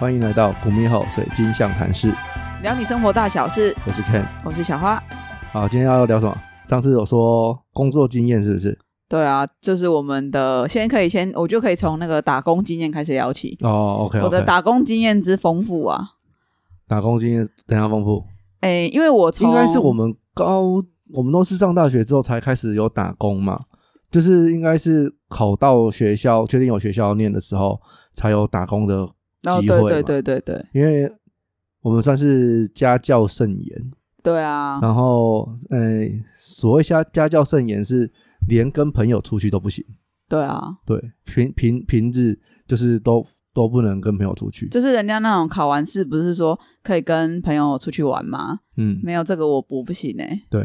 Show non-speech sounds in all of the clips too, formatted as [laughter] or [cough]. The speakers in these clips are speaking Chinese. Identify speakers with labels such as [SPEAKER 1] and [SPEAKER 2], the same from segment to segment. [SPEAKER 1] 欢迎来到古米后水晶象谈室，
[SPEAKER 2] 聊你生活大小事，
[SPEAKER 1] 我是 Ken。
[SPEAKER 2] 我是小花。
[SPEAKER 1] 好，今天要聊什么？上次有说工作经验是不是？
[SPEAKER 2] 对啊，这是我们的，先可以先，我就可以从那个打工经验开始聊起。
[SPEAKER 1] 哦，OK，, o k
[SPEAKER 2] 我的打工经验之丰富啊，
[SPEAKER 1] 打工经验怎样丰富？
[SPEAKER 2] 哎，因为我从
[SPEAKER 1] 应该是我们高，我们都是上大学之后才开始有打工嘛，就是应该是考到学校，确定有学校念的时候才有打工的
[SPEAKER 2] 哦，
[SPEAKER 1] 机
[SPEAKER 2] 对
[SPEAKER 1] 会嘛。
[SPEAKER 2] 对对对对
[SPEAKER 1] 因为我们算是家教甚严，
[SPEAKER 2] 对啊，
[SPEAKER 1] 然后，呃，所谓家家教甚严是连跟朋友出去都不行，
[SPEAKER 2] 对啊，
[SPEAKER 1] 对，平平平日就是都都不能跟朋友出去，
[SPEAKER 2] 就是人家那种考完试，不是说可以跟朋友出去玩吗？
[SPEAKER 1] 嗯，
[SPEAKER 2] 没有这个我我不行哎、
[SPEAKER 1] 对，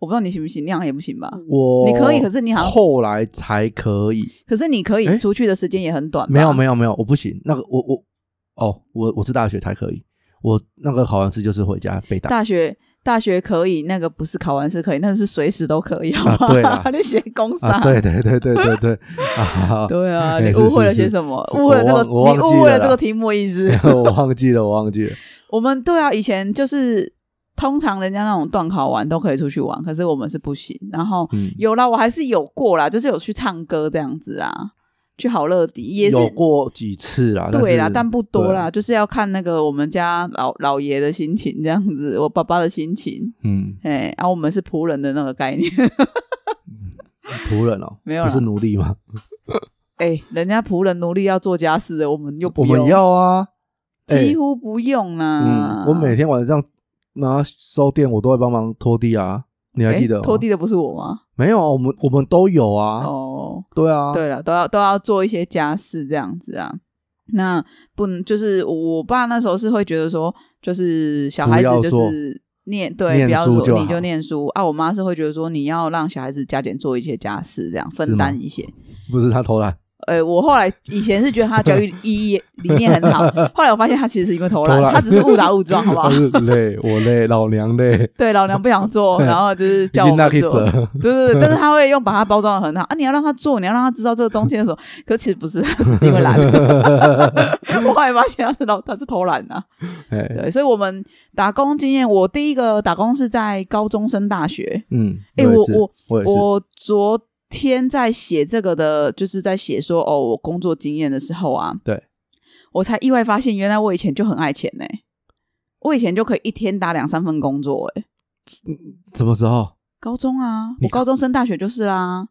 [SPEAKER 2] 我不知道你行不行，你好像也不行吧？
[SPEAKER 1] 我
[SPEAKER 2] 你可以，可是你好像，
[SPEAKER 1] 后来才可以，
[SPEAKER 2] 可是你可
[SPEAKER 1] 哎
[SPEAKER 2] 以出去的时间也很短吧，
[SPEAKER 1] 没有没有没有，我不行，那个我我哦，我我是大学才可以，我那个考完试就是回家被打，
[SPEAKER 2] 大学大学可以，那个不是考完试可以，那是随时都可以，好吗？
[SPEAKER 1] 啊对啦
[SPEAKER 2] [laughs] 你写工商、
[SPEAKER 1] 啊，对对对对对 [laughs] 对，啊，
[SPEAKER 2] 对啊，
[SPEAKER 1] 哎
[SPEAKER 2] 你
[SPEAKER 1] 是
[SPEAKER 2] 误会了
[SPEAKER 1] 是是
[SPEAKER 2] 些什么？
[SPEAKER 1] 是
[SPEAKER 2] 误会了这个，
[SPEAKER 1] 我忘我忘
[SPEAKER 2] 你
[SPEAKER 1] 记
[SPEAKER 2] 误会
[SPEAKER 1] 了
[SPEAKER 2] 了
[SPEAKER 1] 啦
[SPEAKER 2] 这个题目意
[SPEAKER 1] [laughs]
[SPEAKER 2] 思。
[SPEAKER 1] [laughs] 我忘记了，我忘记了，
[SPEAKER 2] 我们对啊，以前就是通常人家那种断考完都可以出去玩，可是我们是不行。然后
[SPEAKER 1] 嗯，
[SPEAKER 2] 有啦，我还是有过啦，就是有去唱歌这样子啊，去好乐迪也是
[SPEAKER 1] 有过几次啦，
[SPEAKER 2] 对啦，
[SPEAKER 1] 是
[SPEAKER 2] 但不多
[SPEAKER 1] 对啊
[SPEAKER 2] 啦，就是要看那个我们家老老爷的心情这样子，我爸爸的心情。
[SPEAKER 1] 嗯，
[SPEAKER 2] 哎，然、后我们是仆人的那个概念，
[SPEAKER 1] 仆人哦，
[SPEAKER 2] 没有
[SPEAKER 1] 不是
[SPEAKER 2] 啦
[SPEAKER 1] 奴隶吗？
[SPEAKER 2] 哎，人家仆人奴隶要做家事的，我们又不
[SPEAKER 1] 我们
[SPEAKER 2] 用
[SPEAKER 1] 要啊，哎
[SPEAKER 2] 几乎不用啊
[SPEAKER 1] 嗯，
[SPEAKER 2] 啦。
[SPEAKER 1] 我每天晚上然后收店，我都会帮忙拖地啊。你还记得
[SPEAKER 2] 诶
[SPEAKER 1] 吗
[SPEAKER 2] 哎拖地的不是我吗？
[SPEAKER 1] 没有啊？我们我们都有啊。
[SPEAKER 2] 哦，
[SPEAKER 1] 对啊，
[SPEAKER 2] 对了，都要都要做一些家事这样子啊。那不能就是我爸那时候是会觉得说，就是小孩子
[SPEAKER 1] 不要
[SPEAKER 2] 就
[SPEAKER 1] 做
[SPEAKER 2] 是念对，
[SPEAKER 1] 念
[SPEAKER 2] 不要
[SPEAKER 1] 书就
[SPEAKER 2] 做你
[SPEAKER 1] 好
[SPEAKER 2] 就念书啊。我妈是会觉得说，你要让小孩子加减做一些家事，这样分担一些。
[SPEAKER 1] 不是他偷
[SPEAKER 2] [laughs]
[SPEAKER 1] 懒，
[SPEAKER 2] 呃，我后来以前是觉得他的教育意义 [laughs] 理念很好，后来我发现他其实是因为偷
[SPEAKER 1] 偷
[SPEAKER 2] 懒，
[SPEAKER 1] 懒
[SPEAKER 2] 他只是误打误撞，好
[SPEAKER 1] [laughs]
[SPEAKER 2] 不好
[SPEAKER 1] 他？是累，我累，老娘累，
[SPEAKER 2] 对，老娘不
[SPEAKER 1] [laughs]
[SPEAKER 2] 想做，然后就是 [laughs] 叫我
[SPEAKER 1] 那
[SPEAKER 2] 们
[SPEAKER 1] 可以
[SPEAKER 2] 做
[SPEAKER 1] 折。。
[SPEAKER 2] [laughs] 对对对，但是他会用把它包装的很好啊，你要让他做，你要让他知道这个中间的时候，可其实不是，他只是因为懒。 [laughs] 我后来发现他是老，他是偷懒啊。
[SPEAKER 1] 哎，
[SPEAKER 2] 对，所以我们打工经验，我第一个打工是在高中升大学。
[SPEAKER 1] 嗯，
[SPEAKER 2] 哎
[SPEAKER 1] 也
[SPEAKER 2] 我
[SPEAKER 1] 是
[SPEAKER 2] 我
[SPEAKER 1] 我也是，
[SPEAKER 2] 我昨天在写这个的，就是在写说哦，我工作经验的时候啊，
[SPEAKER 1] 对，
[SPEAKER 2] 我才意外发现，原来我以前就很爱钱呢、我以前就可以一天打两三份工作、欸，
[SPEAKER 1] 什么时候？
[SPEAKER 2] 高中啊，
[SPEAKER 1] 你
[SPEAKER 2] 我高中升大学就是啦。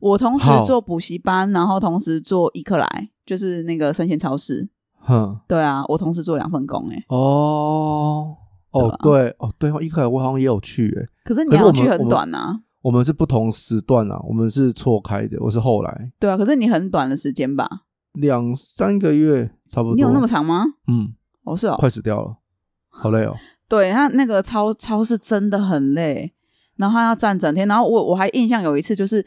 [SPEAKER 2] 我同时
[SPEAKER 1] 好
[SPEAKER 2] 做补习班，然后同时做伊克莱，就是那个生鲜超市。
[SPEAKER 1] 哼，
[SPEAKER 2] 对啊，我同时做两份工哎、
[SPEAKER 1] 哦，
[SPEAKER 2] 啊
[SPEAKER 1] 哦，对，哦，对哦，一开始我好像也有去，哎，
[SPEAKER 2] 可是你
[SPEAKER 1] 可是
[SPEAKER 2] 要
[SPEAKER 1] 我们
[SPEAKER 2] 去
[SPEAKER 1] 我
[SPEAKER 2] 很
[SPEAKER 1] 们
[SPEAKER 2] 短啊，
[SPEAKER 1] 我们是不同时段啊，我们是错开的，我是后来
[SPEAKER 2] 对啊，可是你很短的时间吧？
[SPEAKER 1] 两三个月差不多，
[SPEAKER 2] 你有那么长吗？
[SPEAKER 1] 嗯，
[SPEAKER 2] 哦，是哦，
[SPEAKER 1] 快死掉了，好累哦。
[SPEAKER 2] 对，他那个超超市真的很累，然后他要站整天，然后我我还印象有一次就是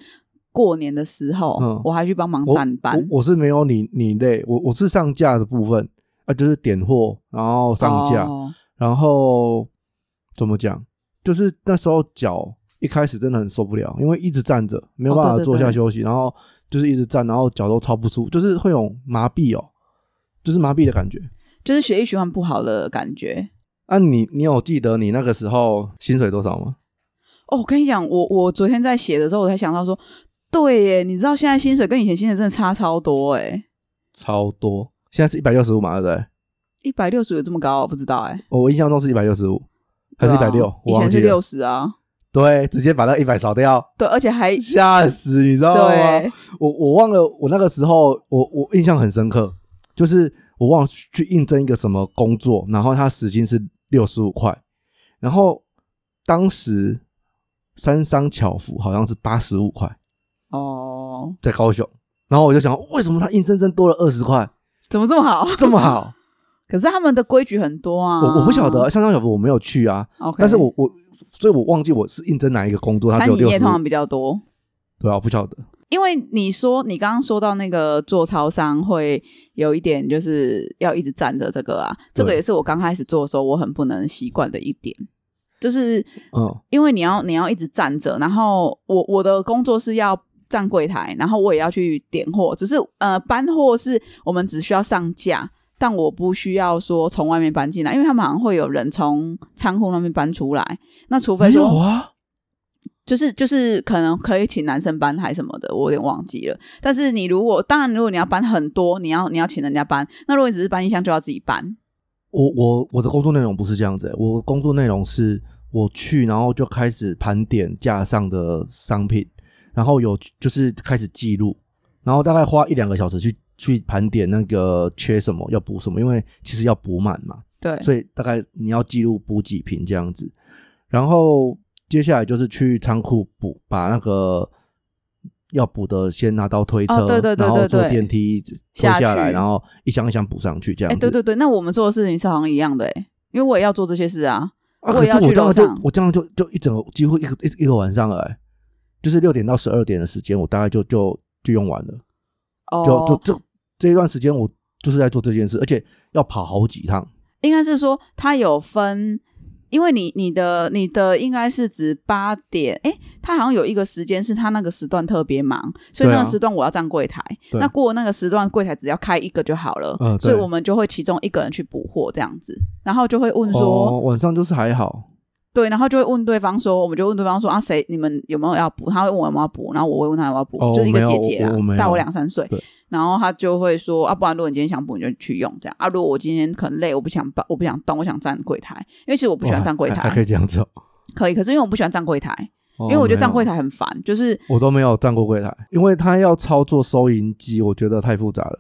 [SPEAKER 2] 过年的时候，
[SPEAKER 1] 嗯
[SPEAKER 2] 我还去帮忙
[SPEAKER 1] 我
[SPEAKER 2] 站班，
[SPEAKER 1] 我我是没有你你累，我我是上架的部分啊，就是点货，然后上架，
[SPEAKER 2] 哦
[SPEAKER 1] 然后怎么讲，就是那时候脚一开始真的很受不了，因为一直站着没有
[SPEAKER 2] 哦
[SPEAKER 1] 办法
[SPEAKER 2] 对对
[SPEAKER 1] 坐下
[SPEAKER 2] 对
[SPEAKER 1] 休息，然后就是一直站，然后脚都超不舒服，就是会有麻痹哦，就是麻痹的感觉。
[SPEAKER 2] 就是血液循环不好的感觉。
[SPEAKER 1] 啊你，你有记得你那个时候薪水多少吗？
[SPEAKER 2] 哦，我跟你讲，我我昨天在写的时候，我才想到说，对耶，你知道现在薪水跟以前薪水真的差超多哎，
[SPEAKER 1] 超多，现在是一百六十五嘛，对不对？
[SPEAKER 2] 一百六十有这么高？我不知道哎，
[SPEAKER 1] 我印象中是一百六十五，还是一
[SPEAKER 2] 对
[SPEAKER 1] 百
[SPEAKER 2] 啊
[SPEAKER 1] 六？我
[SPEAKER 2] 以
[SPEAKER 1] 忘
[SPEAKER 2] 前
[SPEAKER 1] 记
[SPEAKER 2] 是
[SPEAKER 1] 了。
[SPEAKER 2] 六十啊，
[SPEAKER 1] 对，直接把那一百扫掉，
[SPEAKER 2] 对，而且还
[SPEAKER 1] [laughs] 吓啊死你知道吗？
[SPEAKER 2] 对，
[SPEAKER 1] 我我忘了，我那个时候我我印象很深刻，就是我忘了去应征一个什么工作，然后他时薪是六十五块，然后当时三商巧福好像是八十五块，
[SPEAKER 2] 哦，
[SPEAKER 1] 在高雄，然后我就想为什么他硬生生多了二十块，
[SPEAKER 2] 怎么这么好？ [laughs]
[SPEAKER 1] 这么好？
[SPEAKER 2] 可是他们的规矩很多啊，
[SPEAKER 1] 我我不晓得三商巧福我没有去啊，
[SPEAKER 2] ，OK，
[SPEAKER 1] 但是我我所以我忘记我是应征哪一个工作，他
[SPEAKER 2] 餐
[SPEAKER 1] 只有
[SPEAKER 2] 饮
[SPEAKER 1] 六
[SPEAKER 2] 业
[SPEAKER 1] 十
[SPEAKER 2] 通，常比较多。
[SPEAKER 1] 对啊，我不晓得，
[SPEAKER 2] 因为你说你刚刚说到那个做超商会有一点就是要一直站着这个啊，这个
[SPEAKER 1] 对
[SPEAKER 2] 也是我刚开始做的时候我很不能习惯的一点，就是
[SPEAKER 1] 嗯
[SPEAKER 2] 因为你要你要一直站着，然后我我的工作是要站柜台，然后我也要去点货，只是呃搬货是我们只需要上架，但我不需要说从外面搬进来，因为他们好像会有人从仓库那边搬出来。那除非
[SPEAKER 1] 没
[SPEAKER 2] 说
[SPEAKER 1] 有啊，
[SPEAKER 2] 就是就是可能可以请男生搬还什么的，我有点忘记了。但是你如果当然，如果你要搬很多，你要你要请人家搬。那如果你只是搬一箱，就要自己搬。
[SPEAKER 1] 我我我的工作内容不是这样子、欸，我工作内容是我去，然后就开始盘点架上的商品，然后有就是开始记录，然后大概花一两个小时去去盘点那个缺什么要补什么，因为其实要补满嘛，
[SPEAKER 2] 对，
[SPEAKER 1] 所以大概你要记录补几瓶这样子，然后接下来就是去仓库补，把那个要补的先拿到推车，
[SPEAKER 2] 哦对对对
[SPEAKER 1] 然后
[SPEAKER 2] 对
[SPEAKER 1] 坐
[SPEAKER 2] 对
[SPEAKER 1] 电梯推
[SPEAKER 2] 下
[SPEAKER 1] 下来，
[SPEAKER 2] 去
[SPEAKER 1] 然后一箱一箱补上去这样
[SPEAKER 2] 哎，
[SPEAKER 1] 子。
[SPEAKER 2] 对对对，那我们做的事情是好像一样的哎、因为我也要做这些事啊。
[SPEAKER 1] 啊，
[SPEAKER 2] 我
[SPEAKER 1] 可
[SPEAKER 2] 也
[SPEAKER 1] 是
[SPEAKER 2] 要
[SPEAKER 1] 我
[SPEAKER 2] 去
[SPEAKER 1] 这样
[SPEAKER 2] 楼
[SPEAKER 1] 就
[SPEAKER 2] 上
[SPEAKER 1] 我这样就就一整个几乎一个一一个晚上了、欸，就是六点到十二点的时间，我大概就就就用完了，
[SPEAKER 2] 哦，
[SPEAKER 1] 就就这这一段时间我就是在做这件事，而且要跑好几趟。
[SPEAKER 2] 应该是说它有分，因为你你的你的应该是指八点，诶，它好像有一个时间是它那个时段特别忙，所以
[SPEAKER 1] 对啊
[SPEAKER 2] 那个时段我要站柜台，
[SPEAKER 1] 对
[SPEAKER 2] 那过那个时段柜台只要开一个就好了，
[SPEAKER 1] 嗯对
[SPEAKER 2] 所以我们就会其中一个人去补货这样子，然后就会问说，
[SPEAKER 1] 哦、晚上就是还好，
[SPEAKER 2] 对，然后就会问对方说，我们就问对方说啊谁你们有没有要补？他会问我有没有要补，然后我会问他有没有要补，
[SPEAKER 1] 哦
[SPEAKER 2] 就是一
[SPEAKER 1] 我
[SPEAKER 2] 个
[SPEAKER 1] 没
[SPEAKER 2] 姐
[SPEAKER 1] 有
[SPEAKER 2] 姐
[SPEAKER 1] 我
[SPEAKER 2] 啊
[SPEAKER 1] 我没，
[SPEAKER 2] 大
[SPEAKER 1] 有
[SPEAKER 2] 我两三岁
[SPEAKER 1] 对，
[SPEAKER 2] 然后他就会说啊，不然如果你今天想补你就去用这样啊，如果我今天可能累，我不想搬，我不想动，我想站柜台，因为其实我不喜欢
[SPEAKER 1] 哇
[SPEAKER 2] 站柜
[SPEAKER 1] 还还可
[SPEAKER 2] 台，
[SPEAKER 1] 以这样子、哦
[SPEAKER 2] 可以，可是因为我不喜欢站柜台，
[SPEAKER 1] 哦
[SPEAKER 2] [laughs] 因为我觉得站柜
[SPEAKER 1] 台
[SPEAKER 2] 台很烦，就是
[SPEAKER 1] 我都没有站过柜台，因为他要操作收银机，我觉得太复杂了。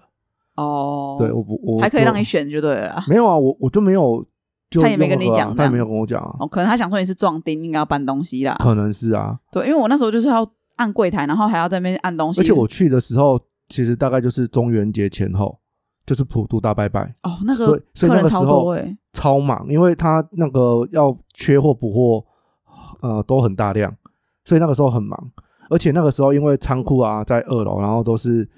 [SPEAKER 2] 哦，
[SPEAKER 1] 对，我不我
[SPEAKER 2] 还可以
[SPEAKER 1] 就
[SPEAKER 2] 让你选就对了啦。
[SPEAKER 1] 没有啊，我我就没有，就
[SPEAKER 2] 他也没
[SPEAKER 1] 用
[SPEAKER 2] 跟你
[SPEAKER 1] 过啊
[SPEAKER 2] 讲
[SPEAKER 1] 他也
[SPEAKER 2] 这样
[SPEAKER 1] 没有跟我讲啊，
[SPEAKER 2] 哦，可能他想说你是壮丁，应该要搬东西啦。
[SPEAKER 1] 可能是啊，
[SPEAKER 2] 对，因为我那时候就是要按柜台，然后还要在那边按东西。
[SPEAKER 1] 而且我去的时候，其实大概就是中元节前后，就是普渡大拜拜，
[SPEAKER 2] 哦，那
[SPEAKER 1] 所
[SPEAKER 2] 个
[SPEAKER 1] 以所以那
[SPEAKER 2] 客人
[SPEAKER 1] 个时
[SPEAKER 2] 超
[SPEAKER 1] 候
[SPEAKER 2] 多哎、
[SPEAKER 1] 超忙，因为他那个要缺货补货，呃，都很大量，所以那个时候很忙。而且那个时候因为仓库啊在二楼，然后都是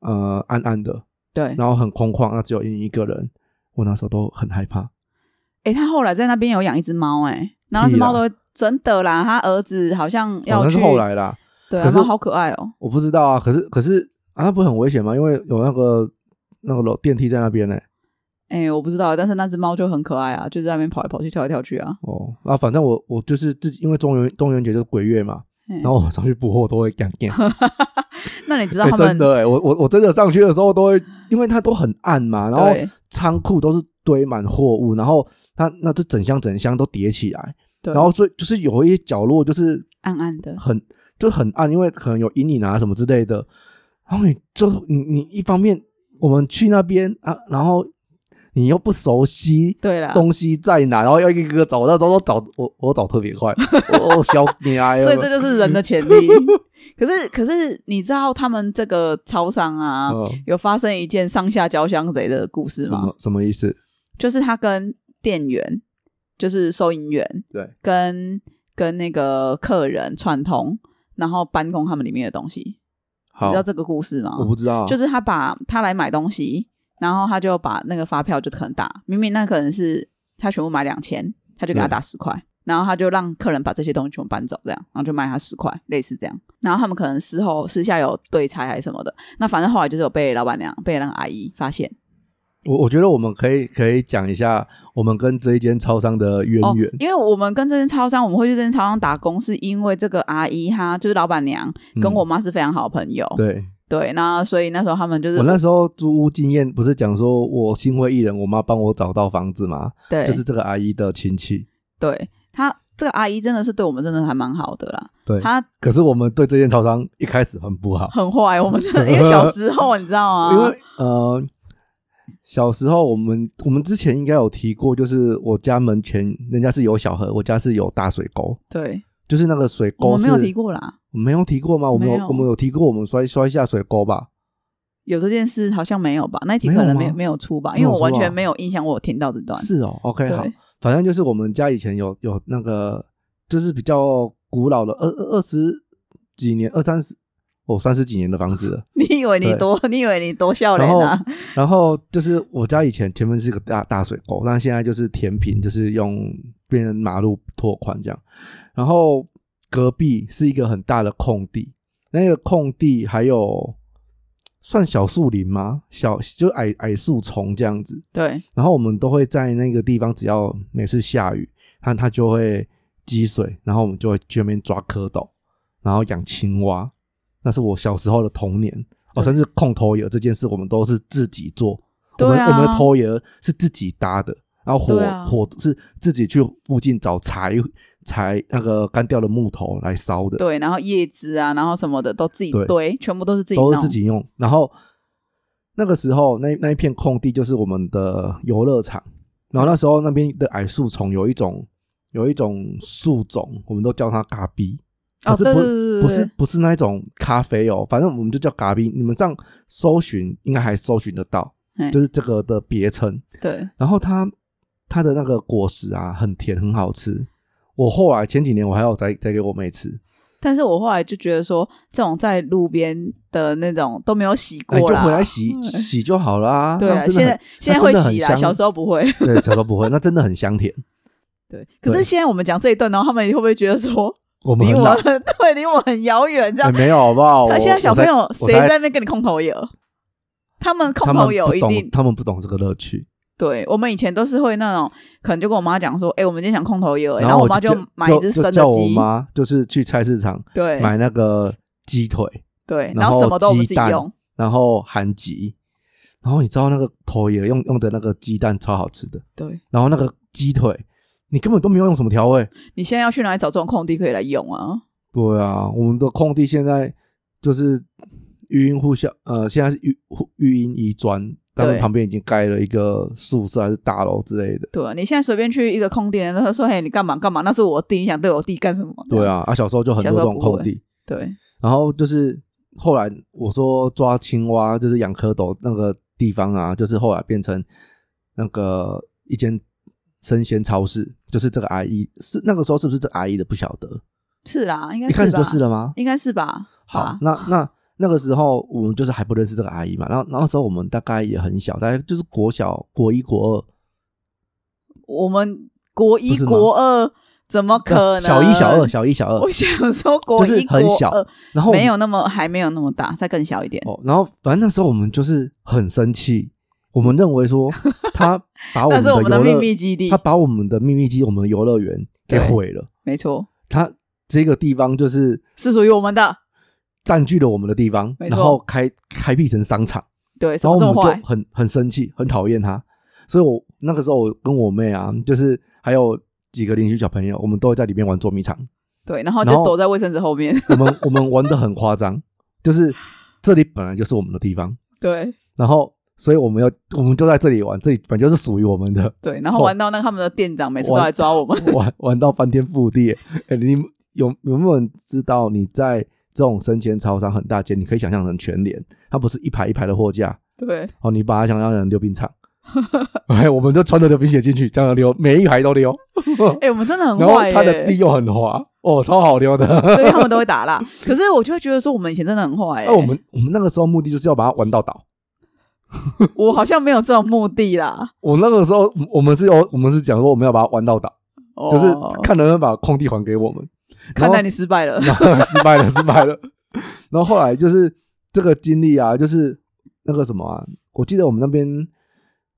[SPEAKER 1] 呃暗暗的，
[SPEAKER 2] 对，
[SPEAKER 1] 然后很空旷，那只有你一个人，我那时候都很害怕。
[SPEAKER 2] 诶，他后来在那边有养一只猫，诶，然后那只
[SPEAKER 1] 屁啦
[SPEAKER 2] 猫都会真的啦，他儿子好像
[SPEAKER 1] 哦
[SPEAKER 2] 要
[SPEAKER 1] 那
[SPEAKER 2] 去，
[SPEAKER 1] 是后来啦，
[SPEAKER 2] 对、啊
[SPEAKER 1] 可，是
[SPEAKER 2] 猫好可爱哦、
[SPEAKER 1] 我不知道啊。可是可是啊，那不是很危险吗？因为有那个那个楼电梯在那边呢、
[SPEAKER 2] 诶，我不知道，但是那只猫就很可爱啊，就在那边跑来跑去、跳来跳去啊。
[SPEAKER 1] 哦，啊，反正我我就是自己，因为中元中元节就是鬼月嘛，
[SPEAKER 2] 嗯
[SPEAKER 1] 然后我上去补货都会
[SPEAKER 2] [laughs]
[SPEAKER 1] 干干。
[SPEAKER 2] 那你知道
[SPEAKER 1] 欸
[SPEAKER 2] 他
[SPEAKER 1] 真
[SPEAKER 2] 们、
[SPEAKER 1] 的哎、我我我真的上去的时候都会，因为它都很暗嘛，然后
[SPEAKER 2] 对
[SPEAKER 1] 仓库都是堆满货物，然后它那就整箱整箱都叠起来，
[SPEAKER 2] 对，
[SPEAKER 1] 然后所以就是有一些角落就是
[SPEAKER 2] 暗暗的，
[SPEAKER 1] 很就很暗，因为可能有阴影啊什么之类的。然后你就是你你一方面我们去那边啊，然后你又不熟悉，
[SPEAKER 2] 对啦，
[SPEAKER 1] 东西在哪，然后要一个一个找，那时候都找我我找特别
[SPEAKER 2] [laughs]
[SPEAKER 1] 快，我我小你啊，
[SPEAKER 2] 所以这就是人的潜力。 [laughs] 可是可是你知道他们这个超商啊，
[SPEAKER 1] 嗯
[SPEAKER 2] 有发生一件上下交相贼的故事
[SPEAKER 1] 什
[SPEAKER 2] 吗
[SPEAKER 1] 么？什么意思？
[SPEAKER 2] 就是他跟店员，就是收银员，
[SPEAKER 1] 对，
[SPEAKER 2] 跟跟那个客人串通，然后搬空他们里面的东西。你
[SPEAKER 1] 好
[SPEAKER 2] 知道，这个故事吗？
[SPEAKER 1] 哦我不知道啊，
[SPEAKER 2] 就是他把他来买东西，然后他就把那个发票就很大，明明那可能是他全部买两千，他就给他
[SPEAKER 1] 对
[SPEAKER 2] 打十块，然后他就让客人把这些东西全部搬走，这样，然后就卖他十块，类似这样。然后他们可能事后私下有对拆还是什么的，那反正后来就是有被老板娘、被那个阿姨发现
[SPEAKER 1] 我我觉得我们可以可以讲一下我们跟这一间超商的渊
[SPEAKER 2] 哦
[SPEAKER 1] 源，，
[SPEAKER 2] 因为我们跟这间超商，我们会去这间超商打工，是因为这个阿姨她就是老板娘跟
[SPEAKER 1] 嗯
[SPEAKER 2] 我妈是非常好的朋友，
[SPEAKER 1] 对
[SPEAKER 2] 对，那所以那时候他们就是
[SPEAKER 1] 我那时候租屋经验不是讲说我心灰意冷，我妈帮我找到房子嘛，
[SPEAKER 2] 对
[SPEAKER 1] 就是这个阿姨的亲戚，
[SPEAKER 2] 对她这个阿姨真的是对我们真的还蛮好的啦。
[SPEAKER 1] 对，
[SPEAKER 2] 她
[SPEAKER 1] 可是我们对这间超商一开始很不好，
[SPEAKER 2] 很坏，我们真的因为小时候你知道
[SPEAKER 1] [laughs]
[SPEAKER 2] 吗？
[SPEAKER 1] 因为呃，小时候我们我们之前应该有提过，就是我家门前人家是有小河，我家是有大水沟，
[SPEAKER 2] 对
[SPEAKER 1] 就是那个水
[SPEAKER 2] 我
[SPEAKER 1] 沟
[SPEAKER 2] 们
[SPEAKER 1] 是
[SPEAKER 2] 没有提过啦，
[SPEAKER 1] 没有提过吗？我们有
[SPEAKER 2] 没有
[SPEAKER 1] 我们有提过我们摔摔下水沟吧？
[SPEAKER 2] 有这件事好像没有吧？那一集可能
[SPEAKER 1] 没
[SPEAKER 2] 没
[SPEAKER 1] 有吗
[SPEAKER 2] 没有出吧，
[SPEAKER 1] 没
[SPEAKER 2] 因
[SPEAKER 1] 有
[SPEAKER 2] 为
[SPEAKER 1] 出啊
[SPEAKER 2] 我完全没有印象，我有听到这段。
[SPEAKER 1] 是哦，OK 好
[SPEAKER 2] 对，
[SPEAKER 1] 反正就是我们家以前有有那个就是比较古老的二二二十几年二三十哦三十几年的房子了，
[SPEAKER 2] 你以为你
[SPEAKER 1] 对
[SPEAKER 2] 多， [laughs] 你以为你多笑脸
[SPEAKER 1] 然后
[SPEAKER 2] 啊？
[SPEAKER 1] 然后就是我家以前前面是个大大水沟，但现在就是填平，就是用变成马路拓宽这样。然后隔壁是一个很大的空地，那个空地还有算小树林吗？小就矮矮树丛这样子。
[SPEAKER 2] 对，
[SPEAKER 1] 然后我们都会在那个地方，只要每次下雨，它它就会积水，然后我们就会去那边抓蝌蚪，然后养青蛙。那是我小时候的童年。哦，
[SPEAKER 2] 对
[SPEAKER 1] 甚至控头儿这件事，我们都是自己做。我
[SPEAKER 2] 对
[SPEAKER 1] 们
[SPEAKER 2] 啊
[SPEAKER 1] 我们的头儿是自己搭的，然后火、
[SPEAKER 2] 对啊
[SPEAKER 1] 火是自己去附近找柴柴那个干掉的木头来烧的。
[SPEAKER 2] 对，然后叶子啊，然后什么的都自己
[SPEAKER 1] 对
[SPEAKER 2] 堆，全部都是自己
[SPEAKER 1] 都
[SPEAKER 2] 弄，
[SPEAKER 1] 是自己用。然后那个时候，那那一片空地就是我们的游乐场。然后那时候那边的矮树丛有一种有一种树种，我们都叫它嘎逼，
[SPEAKER 2] 哦，
[SPEAKER 1] 可是
[SPEAKER 2] 对对
[SPEAKER 1] 啊不
[SPEAKER 2] 对对对，
[SPEAKER 1] 不是不是那一种咖啡哦，反正我们就叫嘎逼。你们上搜寻应该还搜寻得到
[SPEAKER 2] 嗯，
[SPEAKER 1] 就是这个的别称。
[SPEAKER 2] 对，
[SPEAKER 1] 然后它它的那个果实啊，很甜，很好吃。我后来前几年我还有再再给我妹吃，
[SPEAKER 2] 但是我后来就觉得说，这种在路边的那种都没有洗
[SPEAKER 1] 哎，就
[SPEAKER 2] 过啦，
[SPEAKER 1] 回来
[SPEAKER 2] [laughs]
[SPEAKER 1] 洗
[SPEAKER 2] 嗯
[SPEAKER 1] 洗就好了啊。
[SPEAKER 2] 对
[SPEAKER 1] 那
[SPEAKER 2] 啊，
[SPEAKER 1] 真的
[SPEAKER 2] 现
[SPEAKER 1] 很
[SPEAKER 2] 在现在会
[SPEAKER 1] 真的
[SPEAKER 2] 洗
[SPEAKER 1] 很
[SPEAKER 2] 啦，
[SPEAKER 1] 香
[SPEAKER 2] 小时候不会。
[SPEAKER 1] [laughs] 对，小时候不会，那真的很香甜。
[SPEAKER 2] 对，可是现在我们讲这一段，然后他们会不会觉得说
[SPEAKER 1] 我们
[SPEAKER 2] 离
[SPEAKER 1] 很
[SPEAKER 2] 我
[SPEAKER 1] 老，
[SPEAKER 2] 们对离我很遥远这
[SPEAKER 1] 哎
[SPEAKER 2] 样？
[SPEAKER 1] 没有好不好？
[SPEAKER 2] 他
[SPEAKER 1] 我
[SPEAKER 2] 现在小朋，友
[SPEAKER 1] 我
[SPEAKER 2] 谁
[SPEAKER 1] 才
[SPEAKER 2] 在那边跟你空投友？他们
[SPEAKER 1] 我才
[SPEAKER 2] 空
[SPEAKER 1] 他们
[SPEAKER 2] 投友
[SPEAKER 1] 不
[SPEAKER 2] 一
[SPEAKER 1] 懂，
[SPEAKER 2] 定
[SPEAKER 1] 他们不懂这个乐趣。
[SPEAKER 2] 对我们以前都是会那种，可能就跟我妈讲说，哎、我们今天想空投友、欸，然
[SPEAKER 1] 后
[SPEAKER 2] 后我
[SPEAKER 1] 我
[SPEAKER 2] 妈
[SPEAKER 1] 就
[SPEAKER 2] 买一只
[SPEAKER 1] 就
[SPEAKER 2] 生的
[SPEAKER 1] 叫我
[SPEAKER 2] 鸡，
[SPEAKER 1] 妈就是去菜市场
[SPEAKER 2] 对
[SPEAKER 1] 买那个鸡腿，
[SPEAKER 2] 对，
[SPEAKER 1] 然
[SPEAKER 2] 然后什么都我们自
[SPEAKER 1] 鸡
[SPEAKER 2] 己
[SPEAKER 1] 蛋
[SPEAKER 2] 用，
[SPEAKER 1] 然后韩吉，然后你知道那个头也用用的那个鸡蛋超好吃的，
[SPEAKER 2] 对
[SPEAKER 1] 然后那个鸡腿你根本都没有用什么调味。
[SPEAKER 2] 你现在要去哪里找这种空地可以来用啊？
[SPEAKER 1] 对啊，我们的空地现在就是育婴户小，呃，现在是育户育婴移砖，他们
[SPEAKER 2] 对
[SPEAKER 1] 旁边已经盖了一个宿舍还是大楼之类的。
[SPEAKER 2] 对啊，你现在随便去一个空地，然后说，嘿，你干嘛干嘛？那是我地，你想对我地干什么？
[SPEAKER 1] 对，啊，啊，小时候就很多这种空
[SPEAKER 2] 小时
[SPEAKER 1] 地，
[SPEAKER 2] 对
[SPEAKER 1] 然后就是后来我说抓青蛙，就是养蝌蚪那个地方啊，就是后来变成那个一间生鲜超市，就是这个阿姨是那个时候是不是这个阿姨的不晓得，
[SPEAKER 2] 是啦，应该
[SPEAKER 1] 一开始
[SPEAKER 2] 吧
[SPEAKER 1] 就是了吗？
[SPEAKER 2] 应该是吧？
[SPEAKER 1] 好
[SPEAKER 2] 吧，
[SPEAKER 1] 那那那个时候我们就是还不认识这个阿姨嘛，然后然后那时候我们大概也很小，大概就是国小国一国二，
[SPEAKER 2] 我们
[SPEAKER 1] 不
[SPEAKER 2] 国一
[SPEAKER 1] 是吗
[SPEAKER 2] 国二怎么可能？
[SPEAKER 1] 小一小二，小一小二
[SPEAKER 2] 我，想说国
[SPEAKER 1] 就
[SPEAKER 2] 一
[SPEAKER 1] 是很
[SPEAKER 2] 国
[SPEAKER 1] 小
[SPEAKER 2] 二
[SPEAKER 1] 然后我们
[SPEAKER 2] 没有那么还没有那么大，再更小一点。
[SPEAKER 1] 哦，然后反正那时候我们就是很生气，我们认为
[SPEAKER 2] [laughs]
[SPEAKER 1] 说他哦把我
[SPEAKER 2] 那
[SPEAKER 1] 们
[SPEAKER 2] 是我们的
[SPEAKER 1] 的
[SPEAKER 2] 秘
[SPEAKER 1] 游乐，
[SPEAKER 2] 密基地
[SPEAKER 1] 他，把我们的秘密基地、我们的游乐园给
[SPEAKER 2] 对
[SPEAKER 1] 毁了。
[SPEAKER 2] 没错，
[SPEAKER 1] 他这个地方就是
[SPEAKER 2] 是属于我们的。
[SPEAKER 1] 占据了我们的地方，
[SPEAKER 2] 没
[SPEAKER 1] 然
[SPEAKER 2] 错
[SPEAKER 1] 后开开辟成商场，
[SPEAKER 2] 对，怎
[SPEAKER 1] 然
[SPEAKER 2] 么
[SPEAKER 1] 后
[SPEAKER 2] 这
[SPEAKER 1] 我
[SPEAKER 2] 么
[SPEAKER 1] 们
[SPEAKER 2] 坏
[SPEAKER 1] 就？很很生气，很讨厌他。所以我那个时候我跟我妹啊，就是还有几个邻居小朋友，我们都会在里面玩捉迷藏。
[SPEAKER 2] 对， [laughs] 然后就
[SPEAKER 1] 然后
[SPEAKER 2] 躲在卫生纸后面。
[SPEAKER 1] 我们我们玩的很夸张，就是这里本来就是我们的地方，
[SPEAKER 2] 对
[SPEAKER 1] 然后所以我们要我们就在这里玩，这里反正就是属于我们
[SPEAKER 2] [laughs]
[SPEAKER 1] 的，
[SPEAKER 2] [laughs] 对，然后
[SPEAKER 1] 哦
[SPEAKER 2] 玩到那个他们的店长每次都
[SPEAKER 1] 玩
[SPEAKER 2] 来抓我
[SPEAKER 1] [laughs]
[SPEAKER 2] 们。
[SPEAKER 1] 玩玩到翻天覆地。哎、你有有没有人知道你在这种生鲜超商很大间，你可以想象成全联，它不是一排一排的货架
[SPEAKER 2] 对，
[SPEAKER 1] 哦，你把它想象成溜冰
[SPEAKER 2] [laughs]
[SPEAKER 1] 场，哎，我们就穿着溜冰鞋进去，这样溜，每一排都溜，
[SPEAKER 2] 哎，我们真的很
[SPEAKER 1] 然后
[SPEAKER 2] 坏
[SPEAKER 1] 它的地
[SPEAKER 2] 耶。
[SPEAKER 1] 又很滑，哦，超好溜的。
[SPEAKER 2] 对，他们都会打蜡。可是我就会觉得说，我们以前真的
[SPEAKER 1] [laughs]
[SPEAKER 2] 很坏耶。
[SPEAKER 1] 那哦我们我们那个时候目的就是要把它玩到倒。
[SPEAKER 2] 欸我好像没有这种目的啦。
[SPEAKER 1] 我那个时候，我们是有我们是讲说我们要把它玩到倒，
[SPEAKER 2] 哦
[SPEAKER 1] 就是看能不能把空地还给我们。
[SPEAKER 2] 看
[SPEAKER 1] 然
[SPEAKER 2] 待
[SPEAKER 1] 后
[SPEAKER 2] 你失败了。
[SPEAKER 1] 然后 [laughs] 失败了，失败了。然后后来就是这个经历啊，就是那个什么啊，我记得我们那边，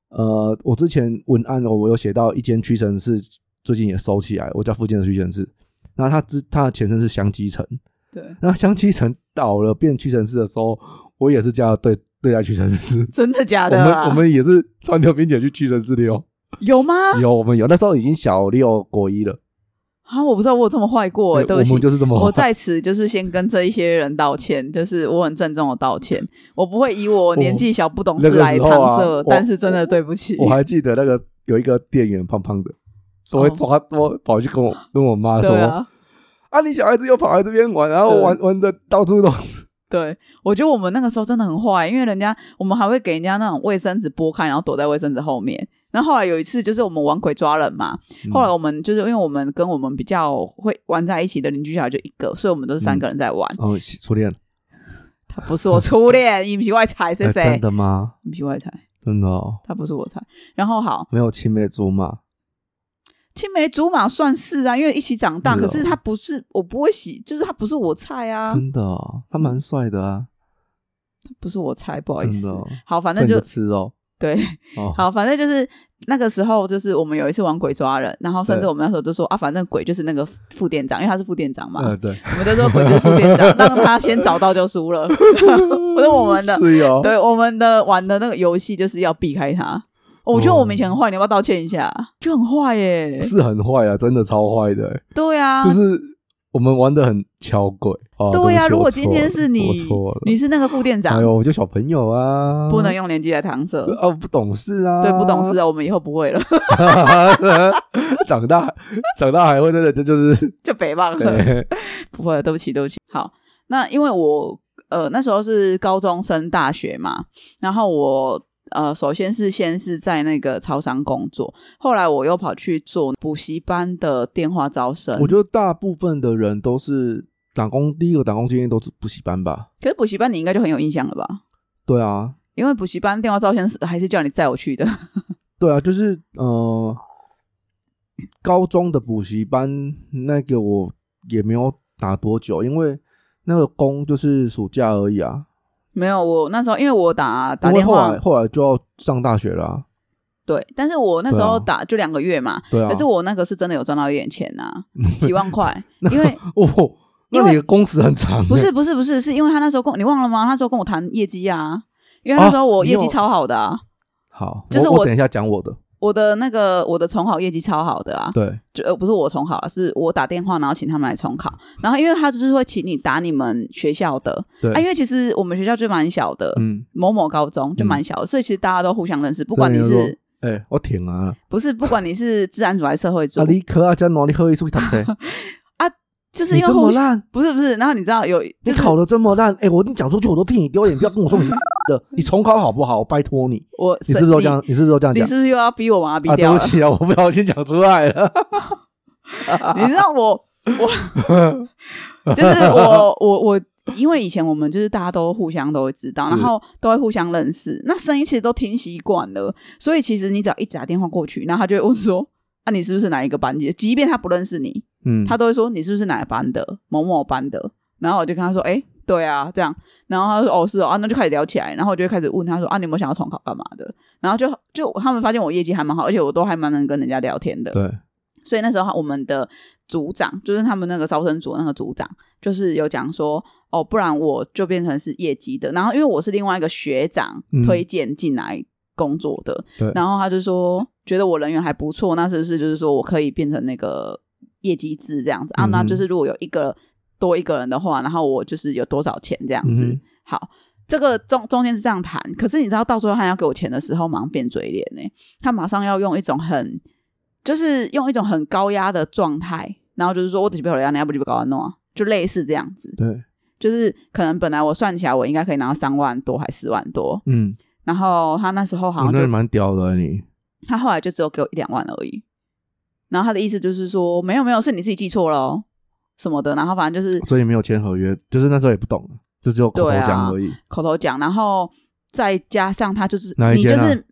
[SPEAKER 1] 呃，我之前文案我有写到一间屈臣氏最近也收起来，我家附近的屈臣氏，然后它之它的前身是香积城，
[SPEAKER 2] 对，
[SPEAKER 1] 那香积城倒了变屈臣氏的时候，我也是这样对对待屈臣氏。
[SPEAKER 2] 真的假
[SPEAKER 1] 我
[SPEAKER 2] 的
[SPEAKER 1] 们
[SPEAKER 2] 啊？
[SPEAKER 1] 我们也是穿溜冰鞋去屈臣氏溜，
[SPEAKER 2] 有吗？
[SPEAKER 1] 有我们有那时候已经小六国一了，
[SPEAKER 2] 啊，我不知道我有这么坏过耶，欸哦对
[SPEAKER 1] 我
[SPEAKER 2] 不起
[SPEAKER 1] 们。就是这哦么
[SPEAKER 2] 我在此就是先跟这一些人道歉，就是我很郑重的道歉，我不会以我年纪小不懂事来搪
[SPEAKER 1] 那个时
[SPEAKER 2] 塞，
[SPEAKER 1] 候啊我
[SPEAKER 2] 但是真的对不起。
[SPEAKER 1] 我还记得那个有一个店员胖胖的，我会抓我跑去跟我跟我妈说
[SPEAKER 2] 哦对啊，
[SPEAKER 1] 啊，你小孩子又跑来这边玩，然后
[SPEAKER 2] 对
[SPEAKER 1] 玩玩的到处都是，
[SPEAKER 2] 对，我觉得我们那个时候真的很坏，因为人家我们还会给人家那种卫生纸拨开，然后躲在卫生纸后面。然后后来有一次，就是我们玩鬼抓人嘛。
[SPEAKER 1] 嗯
[SPEAKER 2] 后来我们就是因为我们跟我们比较会玩在一起的邻居小孩就一个，所以我们都是三个人在玩。
[SPEAKER 1] 哦，初恋，
[SPEAKER 2] 他不是我初恋，你不是外财
[SPEAKER 1] [laughs]
[SPEAKER 2] 是
[SPEAKER 1] 哎
[SPEAKER 2] 谁
[SPEAKER 1] 真？的吗？
[SPEAKER 2] 你不是外财，
[SPEAKER 1] 真的哦，
[SPEAKER 2] 他不是我财。然后好，
[SPEAKER 1] 没有青梅竹马，
[SPEAKER 2] 青梅竹马算是啊，因为一起长大。
[SPEAKER 1] 是哦
[SPEAKER 2] 可是他不是，我不会喜，就是他不是我菜啊。
[SPEAKER 1] 真的哦，他蛮帅的啊，
[SPEAKER 2] 不是我猜，不好意
[SPEAKER 1] 真
[SPEAKER 2] 思
[SPEAKER 1] 的。哦，
[SPEAKER 2] 好，反
[SPEAKER 1] 这
[SPEAKER 2] 正
[SPEAKER 1] 你
[SPEAKER 2] 就
[SPEAKER 1] 就吃哦，
[SPEAKER 2] 对，
[SPEAKER 1] 哦，
[SPEAKER 2] 好，反正就是那个时候，就是我们有一次玩鬼抓人，然后甚至
[SPEAKER 1] 对
[SPEAKER 2] 我们那时候就说啊，反正鬼就是那个副店长，因为他是副店长嘛，
[SPEAKER 1] 呃，对，
[SPEAKER 2] 我们就说鬼就是副店长，让他先找到就输了。 [laughs] 不是我们的，
[SPEAKER 1] [laughs] 是哦，
[SPEAKER 2] 对，我们的玩的那个游戏就是要避开他。哦我觉得
[SPEAKER 1] 哦
[SPEAKER 2] 我们以前很坏，你要不要道歉一下？就很坏耶、
[SPEAKER 1] 是很坏啊，真的超坏的欸，
[SPEAKER 2] 对啊，
[SPEAKER 1] 就是我们玩的很敲鬼啊。
[SPEAKER 2] 对
[SPEAKER 1] 呀、
[SPEAKER 2] 啊。如果今天是你
[SPEAKER 1] 我错了，，
[SPEAKER 2] 你是那个副店
[SPEAKER 1] 哎
[SPEAKER 2] 长，
[SPEAKER 1] 呦，我就小朋友啊，
[SPEAKER 2] 不能用年纪来搪塞。
[SPEAKER 1] 哦，不懂事啊，
[SPEAKER 2] 对，不懂事，啊，我们以后不会了，
[SPEAKER 1] [laughs]
[SPEAKER 2] [laughs]
[SPEAKER 1] 长大长大还会真的就
[SPEAKER 2] [laughs]
[SPEAKER 1] 就是，哎
[SPEAKER 2] 就北棒了。
[SPEAKER 1] 对
[SPEAKER 2] [laughs] 不会，对不起，对不起。好，那因为我呃那时候是高中升大学嘛，然后我呃首先是先是在那个超商工作，后来我又跑去做补习班的电话招生。
[SPEAKER 1] 我觉得大部分的人都是打工，第一个打工经验都是补习班吧？
[SPEAKER 2] 可是补习班你应该就很有印象了吧？
[SPEAKER 1] 对啊，
[SPEAKER 2] 因为补习班电话照相是还是叫你载我去的， [laughs]
[SPEAKER 1] 对啊，就是呃，高中的补习班那个我也没有打多久，因为那个工就是暑假而已啊。
[SPEAKER 2] 没有我那时候因为我打打
[SPEAKER 1] 因为
[SPEAKER 2] 电
[SPEAKER 1] 后
[SPEAKER 2] 话
[SPEAKER 1] 来，后来就要上大学了、啊，
[SPEAKER 2] 对，但是我那时
[SPEAKER 1] 对
[SPEAKER 2] 候
[SPEAKER 1] 啊
[SPEAKER 2] 打、就两个月嘛，
[SPEAKER 1] 对啊。
[SPEAKER 2] 可是我那个是真的有赚到一点钱呐、啊
[SPEAKER 1] [laughs]
[SPEAKER 2] 几万块，因为
[SPEAKER 1] 哦，
[SPEAKER 2] 因
[SPEAKER 1] 那
[SPEAKER 2] 为
[SPEAKER 1] 你的工时很长欸、
[SPEAKER 2] 不是不是不是，是因为他那时候跟我你忘了吗？他那时候跟我谈业绩啊，因为那时候我
[SPEAKER 1] 哦你
[SPEAKER 2] 业
[SPEAKER 1] 有
[SPEAKER 2] 绩超好的啊，
[SPEAKER 1] 好，
[SPEAKER 2] 就是
[SPEAKER 1] 我
[SPEAKER 2] 我
[SPEAKER 1] 等一下讲我的，
[SPEAKER 2] 我的那个我的重考业绩超好的啊，
[SPEAKER 1] 对
[SPEAKER 2] 就呃不是我重考啊，是我打电话然后请他们来重考，然后因为他就是会请你打你们学校的，
[SPEAKER 1] 对，
[SPEAKER 2] 啊，因为其实我们学校就蛮小的，
[SPEAKER 1] 嗯，
[SPEAKER 2] 某某高中就蛮小的，所以其实大家都互相认识，不管你
[SPEAKER 1] 所以你就说
[SPEAKER 2] 是
[SPEAKER 1] 哎、我停啊，
[SPEAKER 2] 不是不管你是自然组还是社会组
[SPEAKER 1] 啊，，你可啊，加哪里喝一出去读
[SPEAKER 2] [laughs]
[SPEAKER 1] 书？
[SPEAKER 2] 啊就是
[SPEAKER 1] 你
[SPEAKER 2] 因为
[SPEAKER 1] 这
[SPEAKER 2] 互
[SPEAKER 1] 么
[SPEAKER 2] 相
[SPEAKER 1] 烂，
[SPEAKER 2] 不是不是，然后你知道有
[SPEAKER 1] 你
[SPEAKER 2] 就是
[SPEAKER 1] 考的这么烂，哎、我跟你讲出去我都替你丢脸，不要跟我说你是 [laughs] 的，你重考好不好？拜托你，
[SPEAKER 2] 我
[SPEAKER 1] 你是不是都这样？你是不是都这样
[SPEAKER 2] 你？
[SPEAKER 1] 讲
[SPEAKER 2] 你？是不是又要逼我把他逼
[SPEAKER 1] 啊，对
[SPEAKER 2] 掉
[SPEAKER 1] 不
[SPEAKER 2] 了？
[SPEAKER 1] 起啊，我 [laughs] 不小心讲出来了。
[SPEAKER 2] [laughs] 你知道我
[SPEAKER 1] [laughs]
[SPEAKER 2] 我就是我我我，因为以前我们就是大家都互相都会知道，
[SPEAKER 1] 是
[SPEAKER 2] 然后都会互相认识，那声音其实都听习惯了，所以其实你只要一打电话过去，然后他就会问说。啊，你是不是哪一个班级？即便他不认识你，
[SPEAKER 1] 嗯，
[SPEAKER 2] 他都会说你是不是哪个班的某某班的，然后我就跟他说，哎、对啊，这样，然后他说哦是哦啊，那就开始聊起来，然后我就会开始问他说啊，你有没有想要重考干嘛的？然后就就他们发现我业绩还蛮好，而且我都还蛮能跟人家聊天的，
[SPEAKER 1] 对，
[SPEAKER 2] 所以那时候我们的组长就是他们那个招生组的那个组长，就是有讲说哦，不然我就变成是业绩的，然后因为我是另外一个学长
[SPEAKER 1] 嗯
[SPEAKER 2] 推荐进来工作的，
[SPEAKER 1] 对
[SPEAKER 2] 然后他就说觉得我人缘还不错，那是不是就是说我可以变成那个业绩制这样子、
[SPEAKER 1] 嗯
[SPEAKER 2] 啊？
[SPEAKER 1] 哼
[SPEAKER 2] 那就是如果有一个多一个人的话，然后我就是有多少钱这样子。
[SPEAKER 1] 嗯
[SPEAKER 2] 好，这个中中间是这样谈，可是你知道到最后他要给我钱的时候，马上变嘴脸呢、他马上要用一种很就是用一种很高压的状态，然后就是说我只不要压，你要不就搞完弄啊，就类似这样子。
[SPEAKER 1] 对，
[SPEAKER 2] 就是可能本来我算起来我应该可以拿到三万多还四万多，
[SPEAKER 1] 嗯，
[SPEAKER 2] 然后他那时候
[SPEAKER 1] 我
[SPEAKER 2] 好像
[SPEAKER 1] 那
[SPEAKER 2] 就
[SPEAKER 1] 你蛮屌的你，
[SPEAKER 2] 他后来就只有给我一两万而已。然后他的意思就是说，没有没有，是你自己记错了哦什么的。然后反正就是
[SPEAKER 1] 所以没有签合约，就是那时候也不懂，就只有口头
[SPEAKER 2] 对啊
[SPEAKER 1] 讲而已。
[SPEAKER 2] 口头讲，然后再加上他就是、
[SPEAKER 1] 哪一
[SPEAKER 2] 你就
[SPEAKER 1] 间啊
[SPEAKER 2] 是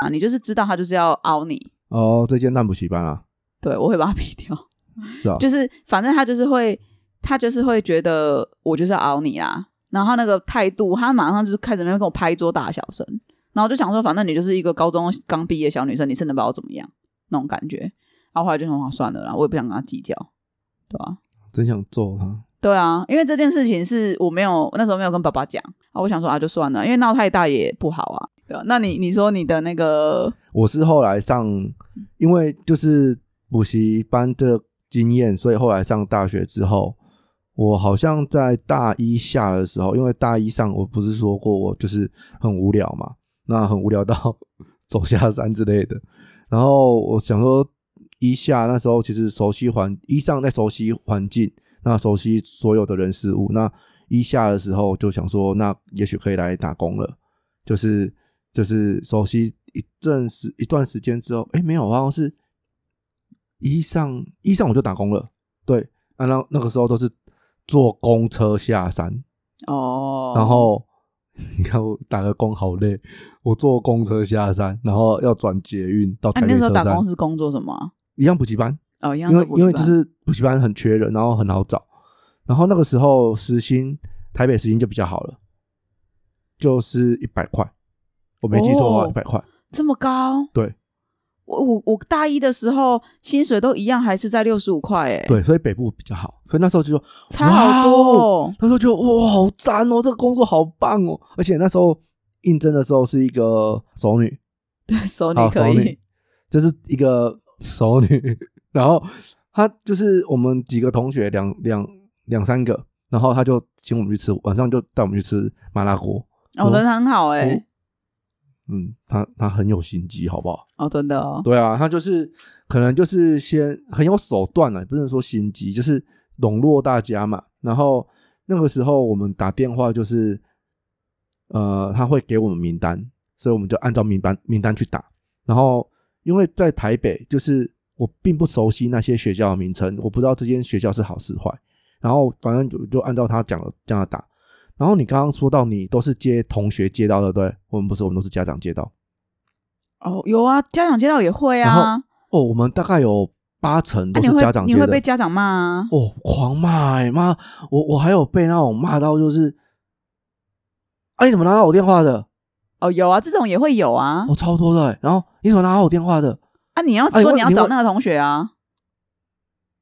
[SPEAKER 2] 啊，你就是知道他就是要凹你。
[SPEAKER 1] 哦，这间烂补习班啊，
[SPEAKER 2] 对，我会把他逼
[SPEAKER 1] [laughs]
[SPEAKER 2] 掉。
[SPEAKER 1] 是啊，
[SPEAKER 2] 就是反正他就是会，他就是会觉得我就是要熬你啦。然后他那个态度，他马上就是开始在那边跟我拍桌大小声，然后我就想说，反正你就是一个高中刚毕业小女生，你是能把我怎么样那种感觉。然后后来就想说算了啦，我也不想跟他计较，对啊？
[SPEAKER 1] 真想揍他。
[SPEAKER 2] 对啊，因为这件事情是我没有那时候没有跟爸爸讲啊，我想说啊就算了，因为闹太大也不好啊。对啊，那你你说你的那个
[SPEAKER 1] 我是后来上，因为就是补习班的经验，所以后来上大学之后，我好像在大一下的时候，因为大一上我不是说过我就是很无聊嘛，那很无聊到 [laughs] 走下山之类的。然后我想说，一下那时候其实熟悉环，一上在熟悉环境，那熟悉所有的人事物，那一下的时候就想说，那也许可以来打工了。就是就是熟悉一阵时一段时间之后，哎，没有，好像是一上一上我就打工了，对，啊、那那个时候都是坐公车下山，
[SPEAKER 2] 哦，
[SPEAKER 1] 然后 [laughs] 你看我打个工好累，我坐公车下山，然后要转捷运到台
[SPEAKER 2] 那、
[SPEAKER 1] 北
[SPEAKER 2] 你啊那
[SPEAKER 1] 车
[SPEAKER 2] 时候
[SPEAKER 1] 站，
[SPEAKER 2] 打工是工作什么啊？
[SPEAKER 1] 一样补习班，
[SPEAKER 2] 哦，一样
[SPEAKER 1] 因
[SPEAKER 2] 的
[SPEAKER 1] 为
[SPEAKER 2] 补习
[SPEAKER 1] 因为就
[SPEAKER 2] 班
[SPEAKER 1] 是补习班很缺人，然后很好找，然后那个时候时薪台北时薪就比较好了，就是一百块，我没记错的话，
[SPEAKER 2] 哦
[SPEAKER 1] 一百块。
[SPEAKER 2] 这么高？
[SPEAKER 1] 对，
[SPEAKER 2] 我我我大一的时候薪水都一样，还是在六十五块，哎，，
[SPEAKER 1] 对，所以北部比较好，所以那时候就说，
[SPEAKER 2] 差好多、哦。
[SPEAKER 1] 那时候就哇，好赞哦，这个工作好棒哦，而且那时候应征的时候是一个熟女，
[SPEAKER 2] 对手你
[SPEAKER 1] 好
[SPEAKER 2] 可
[SPEAKER 1] 熟
[SPEAKER 2] 以
[SPEAKER 1] 女，，就是一个熟女， [laughs] 然后她就是我们几个同学两两两三个，然后她就请我们去吃，晚上就带我们去吃麻辣锅，
[SPEAKER 2] 哦，人很好哎、
[SPEAKER 1] 嗯，她她很有心机，好不好？
[SPEAKER 2] 哦，真的哦，
[SPEAKER 1] 对啊，他就是可能就是先很有手段啊了、也不能说心机，就是笼络大家嘛。然后那个时候我们打电话就是，呃，他会给我们名单，所以我们就按照名单名单去打。然后因为在台北，就是我并不熟悉那些学校的名称，我不知道这间学校是好是坏。然后反正就就按照他讲的这样打。然后你刚刚说到你都是接同学接到的，对不对，我们不是，我们都是家长接到。
[SPEAKER 2] 哦，有啊，家长接到也会
[SPEAKER 1] 然
[SPEAKER 2] 啊
[SPEAKER 1] 后。哦，我们大概有八成
[SPEAKER 2] 啊
[SPEAKER 1] 都
[SPEAKER 2] 你
[SPEAKER 1] 是
[SPEAKER 2] 会
[SPEAKER 1] 家长
[SPEAKER 2] 你
[SPEAKER 1] 接
[SPEAKER 2] 会
[SPEAKER 1] 的。
[SPEAKER 2] 被家长骂啊？
[SPEAKER 1] 哦，狂骂、欸、妈！我我还有被那种骂到，就是，啊，你怎么拿到我电话的？
[SPEAKER 2] 哦，有啊，这种也会有啊。
[SPEAKER 1] 我、超多的欸、然后你怎么拿到我电话的？
[SPEAKER 2] 啊，你要
[SPEAKER 1] 哎
[SPEAKER 2] 说
[SPEAKER 1] 我
[SPEAKER 2] 你要
[SPEAKER 1] 你
[SPEAKER 2] 找
[SPEAKER 1] 我
[SPEAKER 2] 那个同学啊，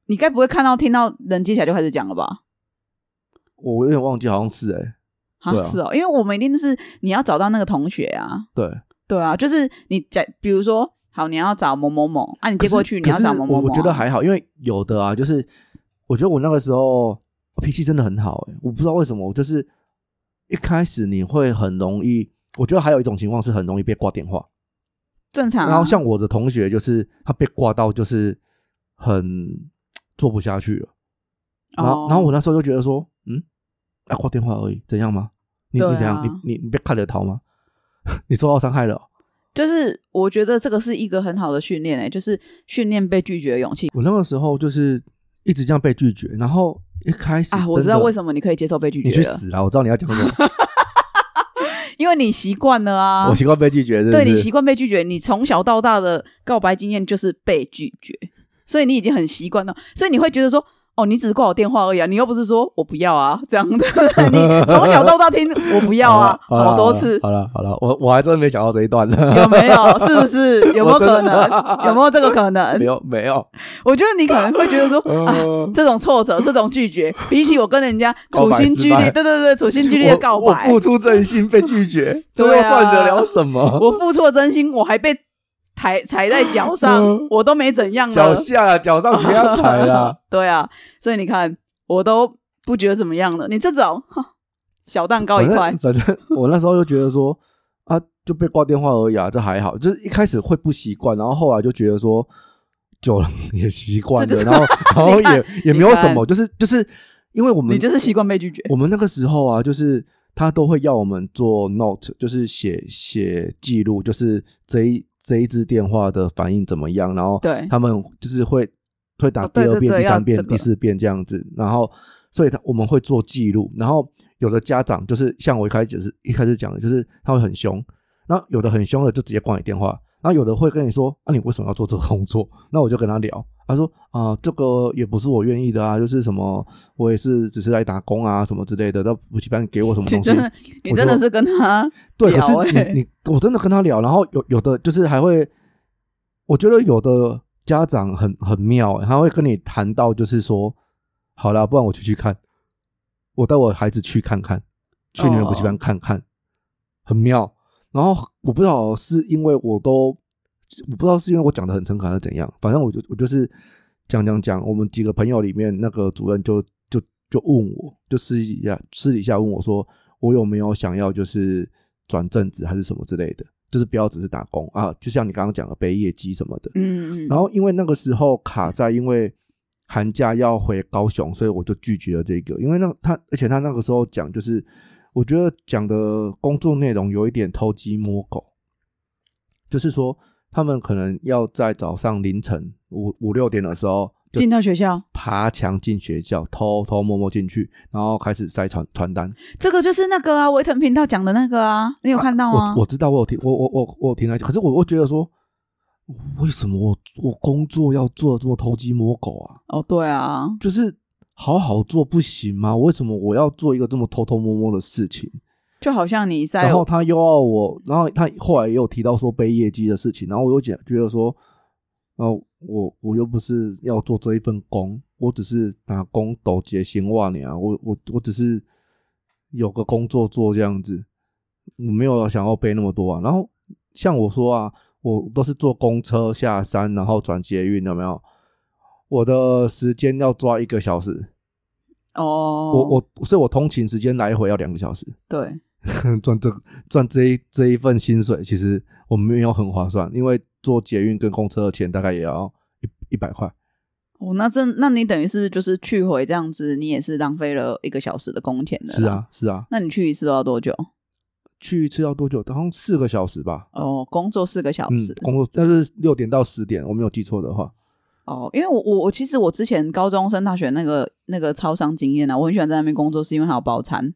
[SPEAKER 2] 你该不会看到听到人接起来就开始讲了吧？
[SPEAKER 1] 我有点忘记，好像是哎、
[SPEAKER 2] 啊，
[SPEAKER 1] 对啊
[SPEAKER 2] 是哦，因为我们一定是你要找到那个同学啊，
[SPEAKER 1] 对，
[SPEAKER 2] 对啊，就是你讲，比如说，好，你要找某某某啊，你接过去你
[SPEAKER 1] 可
[SPEAKER 2] 要
[SPEAKER 1] 是
[SPEAKER 2] 找某某
[SPEAKER 1] 我
[SPEAKER 2] 某啊、
[SPEAKER 1] 我觉得还好，因为有的啊，就是我觉得我那个时候脾气真的很好、欸，我不知道为什么，我就是一开始你会很容易，我觉得还有一种情况是很容易被挂电话。
[SPEAKER 2] 正常啊、
[SPEAKER 1] 然后像我的同学，就是他被挂到就是很做不下去了。然后，
[SPEAKER 2] 哦
[SPEAKER 1] 然后我那时候就觉得说，嗯，啊，挂电话而已，怎样吗？你、
[SPEAKER 2] 对啊
[SPEAKER 1] 你怎样？你你你被看得逃吗？ [laughs] 你受到伤害了哦、
[SPEAKER 2] 就是我觉得这个是一个很好的训练诶、欸就是训练被拒绝的勇气
[SPEAKER 1] 我那个时候就是一直这样被拒绝，然后一开始
[SPEAKER 2] 啊！我知道为
[SPEAKER 1] 么
[SPEAKER 2] 什么你可以接受被拒
[SPEAKER 1] 你去
[SPEAKER 2] 绝了，
[SPEAKER 1] 死啦！我知道你要讲什么，
[SPEAKER 2] 因为你习惯了啊
[SPEAKER 1] 我。习惯被拒绝，是不是
[SPEAKER 2] 对你习惯被拒绝，你从小到大的告白经验就是被拒绝，所以你已经很习惯了，所以你会觉得说，哦，你只是挂我电话而已啊，你又不是说我不要啊这样
[SPEAKER 1] [laughs]
[SPEAKER 2] 的，你从小到大听我不要啊，
[SPEAKER 1] 好啦
[SPEAKER 2] 好多次，
[SPEAKER 1] 好了好了，我我还真的没想到这一段
[SPEAKER 2] [laughs]
[SPEAKER 1] 呢，
[SPEAKER 2] 有没有？是
[SPEAKER 1] [laughs]
[SPEAKER 2] 不是？有没有
[SPEAKER 1] 我真的
[SPEAKER 2] 可能？有没有这个
[SPEAKER 1] [laughs]
[SPEAKER 2] 可能
[SPEAKER 1] 没？有没
[SPEAKER 2] [laughs]
[SPEAKER 1] 有，
[SPEAKER 2] 我觉得你可能会
[SPEAKER 1] [laughs]
[SPEAKER 2] 觉得说，啊，这种挫折，这种拒绝，比起我跟人家
[SPEAKER 1] 告
[SPEAKER 2] 处
[SPEAKER 1] 白
[SPEAKER 2] 心
[SPEAKER 1] [laughs] 失
[SPEAKER 2] 积虑，
[SPEAKER 1] 败
[SPEAKER 2] 对对对，处心积虑的告
[SPEAKER 1] 我我
[SPEAKER 2] 白，
[SPEAKER 1] 付出真心被拒绝，
[SPEAKER 2] [laughs]
[SPEAKER 1] 这
[SPEAKER 2] 对
[SPEAKER 1] 又
[SPEAKER 2] 啊
[SPEAKER 1] 算得了什么？
[SPEAKER 2] 我付出了真心，我还被踩踩在脚上
[SPEAKER 1] 嗯，
[SPEAKER 2] 我都没怎样
[SPEAKER 1] 脚
[SPEAKER 2] 了。
[SPEAKER 1] 下啦，脚上不要踩
[SPEAKER 2] [laughs]
[SPEAKER 1] 啦。
[SPEAKER 2] 对啊，所以你看，我都不觉得怎么样了。你这种哼小蛋糕一块，
[SPEAKER 1] 反正反正我那时候就觉得说啊，就被挂电话而已啊，这还好。就是一开始会不习惯，然后后来就觉得说久了也习惯
[SPEAKER 2] 这就
[SPEAKER 1] 了，
[SPEAKER 2] 是
[SPEAKER 1] 然后然后
[SPEAKER 2] 你看
[SPEAKER 1] 也也没有
[SPEAKER 2] 你看
[SPEAKER 1] 什么，就是就是因为我们
[SPEAKER 2] 你就是习惯被拒绝。
[SPEAKER 1] 我们那个时候啊，就是他都会要我们做 note，就是写写记录，就是这一这一支电话的反应怎么样，然后
[SPEAKER 2] 对
[SPEAKER 1] 他们就是会会打
[SPEAKER 2] 哦
[SPEAKER 1] 第
[SPEAKER 2] 对
[SPEAKER 1] 二
[SPEAKER 2] 对
[SPEAKER 1] 遍、
[SPEAKER 2] 对
[SPEAKER 1] 第
[SPEAKER 2] 要
[SPEAKER 1] 三遍、
[SPEAKER 2] 这个
[SPEAKER 1] 第四遍这样子，然后所以他我们会做记录，然后有的家长就是像我一开始是一开始讲的，就是他会很凶，然后有的很凶的就直接挂你电话，然后有的会跟你说啊你为什么要做这个工作？那我就跟他聊，他说啊、这个也不是我愿意的啊，就是什么我也是只是来打工啊什么之类的，那补习班给我什么
[SPEAKER 2] 你
[SPEAKER 1] 东西
[SPEAKER 2] 真？的，你
[SPEAKER 1] 我
[SPEAKER 2] 真的
[SPEAKER 1] 就是
[SPEAKER 2] 跟他
[SPEAKER 1] 对，
[SPEAKER 2] 聊
[SPEAKER 1] 可是
[SPEAKER 2] 欸
[SPEAKER 1] 你你我真的跟他聊，然后有有的就是还会，我觉得有的家长很很妙、欸，他会跟你谈到就是说，好啦，不然我去去看，我带我孩子去看看，去你们补习
[SPEAKER 2] 哦
[SPEAKER 1] 班看看，很妙。然后我不知道是因为我都我不知道是因为我讲的很诚恳还是怎样，反正我就我就是讲讲讲，我们几个朋友里面那个主任就就就问我，就私底下私底下问我说，我有没有想要就是转正职还是什么之类的，就是不要只是打工啊，就像你刚刚讲的背业绩什么的。
[SPEAKER 2] 嗯，嗯
[SPEAKER 1] 然后因为那个时候卡在，因为寒假要回高雄，所以我就拒绝了这个。因为那他，而且他那个时候讲，就是我觉得讲的工作内容有一点偷鸡摸狗，就是说他们可能要在早上凌晨五五六点的时候就
[SPEAKER 2] 嗯进到学校，
[SPEAKER 1] 爬墙进学校，偷偷摸摸进去，然后开始塞传传单。
[SPEAKER 2] 这个就是那个啊，维腾频道讲的那个啊，你有看到吗？
[SPEAKER 1] 我我知道，我有听，我我我我有听他讲，可是我我觉得说，为什么我我工作要做的这么偷鸡摸狗啊？
[SPEAKER 2] 哦，对啊，
[SPEAKER 1] 就是好好做不行吗？为什么我要做一个这么偷偷摸摸的事情？
[SPEAKER 2] 就好像你在
[SPEAKER 1] 然后他又要我，然后他后来也有提到说背业绩的事情，然后我又觉觉得说，哦，我我又不是要做这一份工，我只是打工抖结薪袜你啊，我我我只是有个工作做这样子，我没有想要背那么多啊。然后像我说啊，我都是坐公车下山，然后转捷运，有没有？我的时间要抓一个小时，
[SPEAKER 2] 哦，
[SPEAKER 1] 我我所以我通勤时间来回要两个小时。
[SPEAKER 2] 对
[SPEAKER 1] [laughs] 赚这赚这一这一份薪水，其实我们没有很划算，因为坐捷运跟公车的钱大概也要一一百块。
[SPEAKER 2] 哦，那真那你等于是就是去回这样子，你也是浪费了一个小时的工钱的。
[SPEAKER 1] 是，啊，是啊，
[SPEAKER 2] 那你去一次都要多久？
[SPEAKER 1] 去一次要多久？好像四个小时吧。
[SPEAKER 2] 哦，工作四个小
[SPEAKER 1] 嗯
[SPEAKER 2] 时。，
[SPEAKER 1] 工作但是六点到十点，我没有记错的话，
[SPEAKER 2] 哦，因为我我我其实我之前高中升大学那个那个超商经验啊，我很喜欢在那边工作，是因为它有包餐，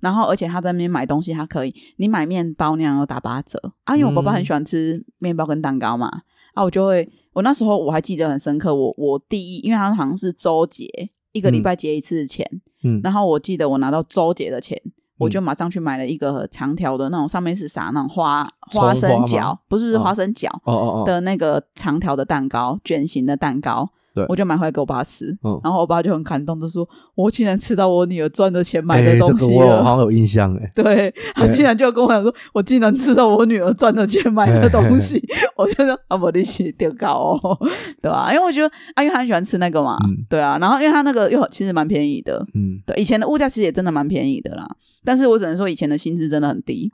[SPEAKER 2] 然后而且他在那边买东西，他可以你买面包那样要打八折啊，因为我爸爸
[SPEAKER 1] 嗯
[SPEAKER 2] 很喜欢吃面包跟蛋糕嘛，啊，我就会我那时候我还记得很深刻，我我第一，因为他好像是周结，一个礼
[SPEAKER 1] 嗯
[SPEAKER 2] 拜结一次钱，
[SPEAKER 1] 嗯
[SPEAKER 2] 然后我记得我拿到周结的钱。我就马上去买了一个长条的那种，上面是撒那种花
[SPEAKER 1] 葱花
[SPEAKER 2] 花生
[SPEAKER 1] 吗
[SPEAKER 2] 角，不是不是
[SPEAKER 1] 哦
[SPEAKER 2] 花生角，
[SPEAKER 1] 哦哦哦，
[SPEAKER 2] 的那个长条的蛋糕，卷形的蛋糕，
[SPEAKER 1] 对
[SPEAKER 2] 我就买回来给我爸吃。
[SPEAKER 1] 嗯
[SPEAKER 2] 然后我爸就很感动，就说：“我竟然吃到我女儿赚的钱买
[SPEAKER 1] 哎
[SPEAKER 2] 的东
[SPEAKER 1] 这
[SPEAKER 2] 西
[SPEAKER 1] 个我有
[SPEAKER 2] 了。
[SPEAKER 1] 好像有印象哎、
[SPEAKER 2] [laughs] 对，他
[SPEAKER 1] 对
[SPEAKER 2] 竟然就跟我讲说：“我竟然吃到我女儿赚的钱买的东西。
[SPEAKER 1] 哎
[SPEAKER 2] [laughs] 我就说：“啊，我力气丢高哦， [laughs] 对吧、因为我觉得，啊，因为他很喜欢吃那个嘛，
[SPEAKER 1] 嗯
[SPEAKER 2] 对啊。然后因为他那个又其实蛮便宜的，
[SPEAKER 1] 嗯，
[SPEAKER 2] 对，以前的物价其实也真的蛮便宜的啦，但是我只能说以前的薪资真的很低。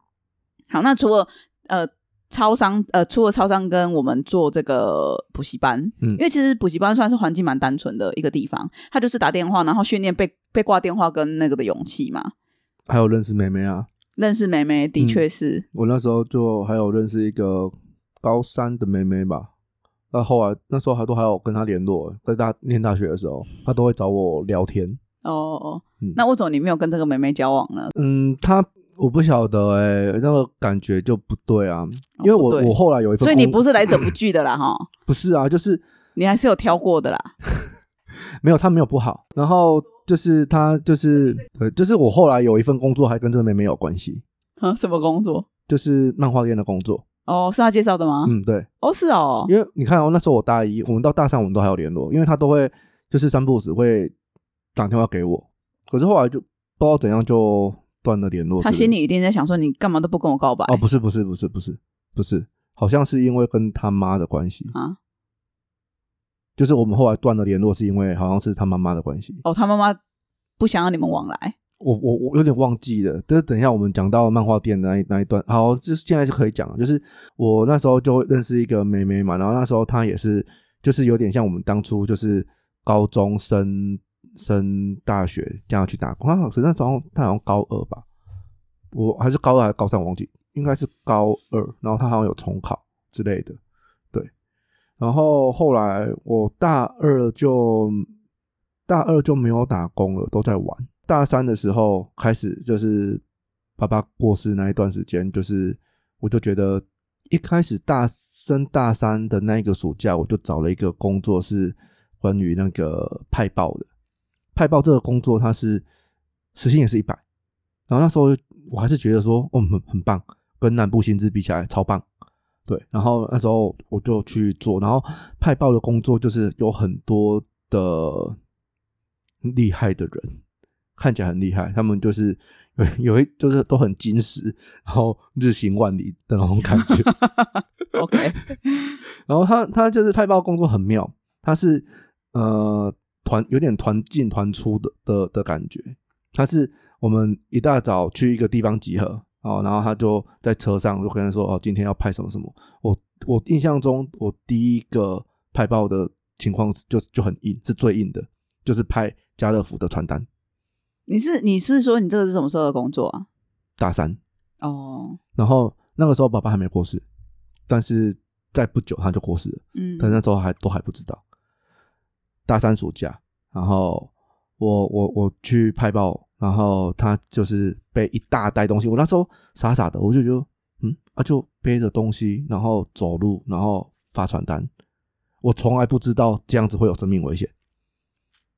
[SPEAKER 2] 好，那除了呃超商呃除了超商跟我们做这个补习班，
[SPEAKER 1] 嗯
[SPEAKER 2] 因为其实补习班算是环境蛮单纯的一个地方，它就是打电话，然后训练被被挂电话跟那个的勇气嘛。
[SPEAKER 1] 还有认识妹妹啊，
[SPEAKER 2] 认识妹妹的
[SPEAKER 1] 嗯
[SPEAKER 2] 确是、
[SPEAKER 1] 我那时候就还有认识一个高三的妹妹吧。那后来那时候还都还有跟她联络，在大念大学的时候，她都会找我聊天。
[SPEAKER 2] 哦哦，
[SPEAKER 1] 嗯
[SPEAKER 2] 那为什么你没有跟这个妹妹交往呢？
[SPEAKER 1] 嗯，他我不晓得哎、那个感觉就不对啊， [laughs] 因为
[SPEAKER 2] 哦不
[SPEAKER 1] 我、
[SPEAKER 2] 对
[SPEAKER 1] 我后来有一份工，
[SPEAKER 2] 所以你不是来者不拒
[SPEAKER 1] [laughs]
[SPEAKER 2] 的啦，哈，
[SPEAKER 1] 不是啊，就是
[SPEAKER 2] 你还是有挑过的啦。
[SPEAKER 1] 没有他没有不好，然后就是他就是呃，就是我后来有一份工作还跟这个妹妹有关系，
[SPEAKER 2] 啊，什么工作？
[SPEAKER 1] 就是漫画店的工作，
[SPEAKER 2] 哦，是她介绍的吗？
[SPEAKER 1] 嗯，对，
[SPEAKER 2] 哦，是哦，
[SPEAKER 1] 因为你看哦，那时候我大一，我们到大三我们都还有联络，因为他都会就是三不五时会打电话给我，可是后来就不知道怎样就断了联络之
[SPEAKER 2] 他
[SPEAKER 1] 类的，
[SPEAKER 2] 心里一定在想说，你干嘛都不跟我告白？
[SPEAKER 1] 哦，不是不是不是不是不是，好像是因为跟他妈的关系
[SPEAKER 2] 啊。
[SPEAKER 1] 就是我们后来断了联络，是因为好像是他妈妈的关系。
[SPEAKER 2] 哦，他妈妈不想让你们往来。
[SPEAKER 1] 我我我有点忘记了，但是等一下我们讲到漫画店那一那一段，好，就是现在就可以讲了。就是我那时候就认识一个妹妹嘛，然后那时候她也是，就是有点像我们当初就是高中升升大学这样去打工。她好像那时候她好像高二吧，我还是高二还是高三，我忘记，应该是高二。然后她好像有重考之类的，对。然后后来我大二就大二就没有打工了，都在玩。大三的时候开始，就是爸爸过世那一段时间，就是我就觉得一开始大升大三的那一个暑假，我就找了一个工作是关于那个派报的。派报这个工作，它是时薪也是一百，然后那时候我还是觉得说，哦，很很棒，跟南部薪资比起来超棒。对，然后那时候我就去做，然后派报的工作就是有很多的厉害的人，看起来很厉害，他们就是 [laughs] 有有一就是都很矜持， [laughs] 然后日行万里的那种感觉。 [laughs]
[SPEAKER 2] OK，
[SPEAKER 1] 然后他他就是派报工作很妙，他是呃团有点团进团出的的的感觉，他是我们一大早去一个地方集合哦，然后他就在车上我就跟他说哦，今天要派什么什么。我我印象中我第一个派报的情况是就就很硬，是最硬的，就是派家乐福的传单
[SPEAKER 2] 你是你是说你这个是什么时候的工作啊？
[SPEAKER 1] 大三，
[SPEAKER 2] 哦，
[SPEAKER 1] 然后那个时候爸爸还没过世，但是在不久他就过世了。
[SPEAKER 2] 嗯，
[SPEAKER 1] 但那时候还都还不知道。大三暑假，然后我我我去派报，然后他就是背一大袋东西。我那时候傻傻的，我就觉得，嗯，啊就背着东西，然后走路，然后发传单。我从来不知道这样子会有生命危险，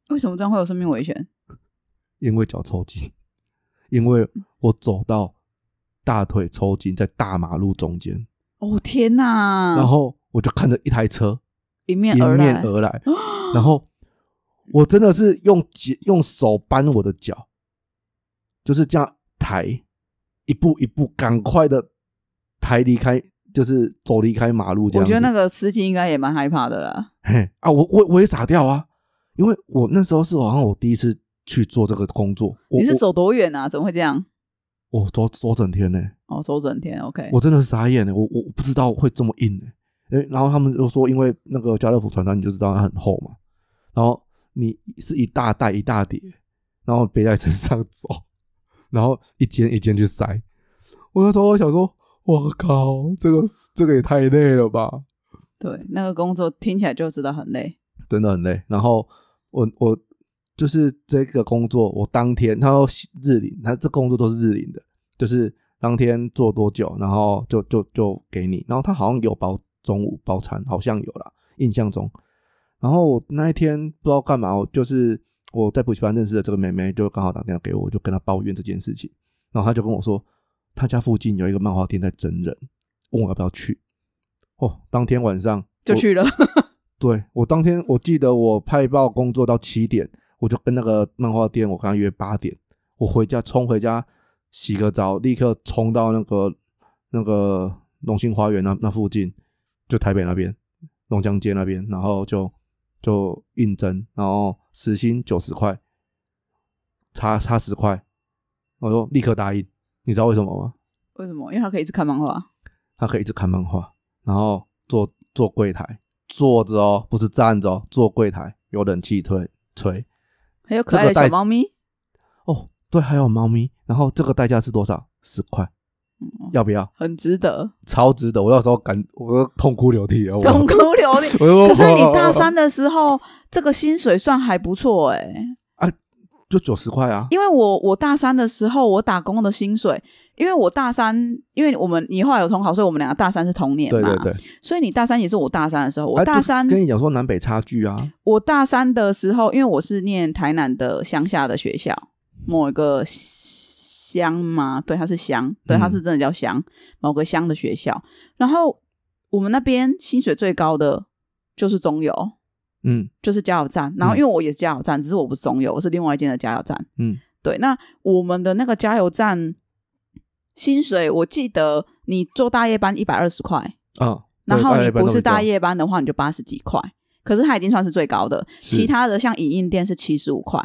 [SPEAKER 2] 为什么这样会有生命危险？
[SPEAKER 1] 因为脚抽筋，因为我走到大腿抽筋，在大马路中间，
[SPEAKER 2] 哦天哪！
[SPEAKER 1] 然后我就看着一台车
[SPEAKER 2] 迎面
[SPEAKER 1] 迎
[SPEAKER 2] 而
[SPEAKER 1] 面
[SPEAKER 2] 来，
[SPEAKER 1] 而来，
[SPEAKER 2] [gasps]
[SPEAKER 1] 然后我真的是用脚用手扳我的脚，就是这样抬，一步一步赶快的抬离开，就是走离开马路这
[SPEAKER 2] 我
[SPEAKER 1] 样子。
[SPEAKER 2] 觉得那个司机应该也蛮害怕的啦。
[SPEAKER 1] 嘿啊，我我我也傻掉啊，因为我那时候是好像我第一次去做这个工作，我
[SPEAKER 2] 你是走多远啊？怎么会这样？
[SPEAKER 1] 我我走走整天呢、
[SPEAKER 2] 哦，走整天，OK。
[SPEAKER 1] 我真的傻眼欸了、我我不知道会这么硬、欸诶然后他们就说，因为那个家乐福传单你就知道它很厚嘛，然后你是一大袋一大叠，然后背在身上走，然后一间一间去塞。我那时候想说，我靠，这个这个也太累了吧，
[SPEAKER 2] 对，那个工作听起来就知道很累。
[SPEAKER 1] 真的很累。然后我我就是这个工作，我当天他要日领，他这工作都是日领的，就是当天做多久，然后就就就给你。然后他好像有包中午包餐，好像有啦，印象中。然后我那一天不知道干嘛，我就是我在补习班认识的这个妹妹，就刚好打电话给我，我就跟她抱怨这件事情。然后她就跟我说，她家附近有一个漫画店在整人，问我要不要去。哦，当天晚上
[SPEAKER 2] 就
[SPEAKER 1] 我
[SPEAKER 2] 去了， [laughs]
[SPEAKER 1] 对我当天，我记得我派报工作到七点，我就跟那个漫画店，我跟他约八点，我回家冲回家洗个澡，立刻冲到那个那个龙兴花园那那附近，就台北那边龙江街那边，然后就就应征，然后时薪九十块，差差十块，我说立刻答应，你知道为什么吗？
[SPEAKER 2] 为什么？因为他可以一直看漫画。
[SPEAKER 1] 他可以一直看漫画，然后坐坐柜台，坐着哦，不是站着哦，坐柜台有冷气吹吹。
[SPEAKER 2] 还有可爱
[SPEAKER 1] 这
[SPEAKER 2] 的
[SPEAKER 1] 个带
[SPEAKER 2] 小猫咪，
[SPEAKER 1] 哦，对，还有猫咪。然后这个代价是多少？十块，
[SPEAKER 2] 嗯
[SPEAKER 1] 要不要？
[SPEAKER 2] 很值得，
[SPEAKER 1] 超值得！我那时候感，我都痛哭流涕啊！
[SPEAKER 2] [laughs]
[SPEAKER 1] 我
[SPEAKER 2] 痛哭流涕。
[SPEAKER 1] [laughs] 我我
[SPEAKER 2] 可是你大三的时候，这个薪水算还不错哎、
[SPEAKER 1] 就九十块啊，
[SPEAKER 2] 因为我我大三的时候，我打工的薪水，因为我大三，因为我们你后来有重考，所以我们两个大三是同年
[SPEAKER 1] 对
[SPEAKER 2] 嘛，
[SPEAKER 1] 对对。
[SPEAKER 2] 所以你大三也是我大三的时候，
[SPEAKER 1] 啊
[SPEAKER 2] 我大
[SPEAKER 1] 就
[SPEAKER 2] 三、
[SPEAKER 1] 跟你讲说南北差距啊，
[SPEAKER 2] 我大三的时候，因为我是念台南的乡下的学校，某一个乡嘛，对，它是乡，对，
[SPEAKER 1] 嗯
[SPEAKER 2] 它是真的叫乡，某个乡的学校。然后我们那边薪水最高的就是中油，
[SPEAKER 1] 嗯
[SPEAKER 2] 就是加油站。然后
[SPEAKER 1] 嗯
[SPEAKER 2] 因为我也是加油站，只是我不是中油，我是另外一间的加油站。
[SPEAKER 1] 嗯，
[SPEAKER 2] 对，那我们的那个加油站薪水，我记得你做大夜班一百二十块，
[SPEAKER 1] 啊，
[SPEAKER 2] 然后
[SPEAKER 1] 对
[SPEAKER 2] 你不是大，
[SPEAKER 1] 一般都这样
[SPEAKER 2] 夜班的话，你就八十几块。可是它已经算是最高的，
[SPEAKER 1] 是
[SPEAKER 2] 其他的像影印店是七十五块，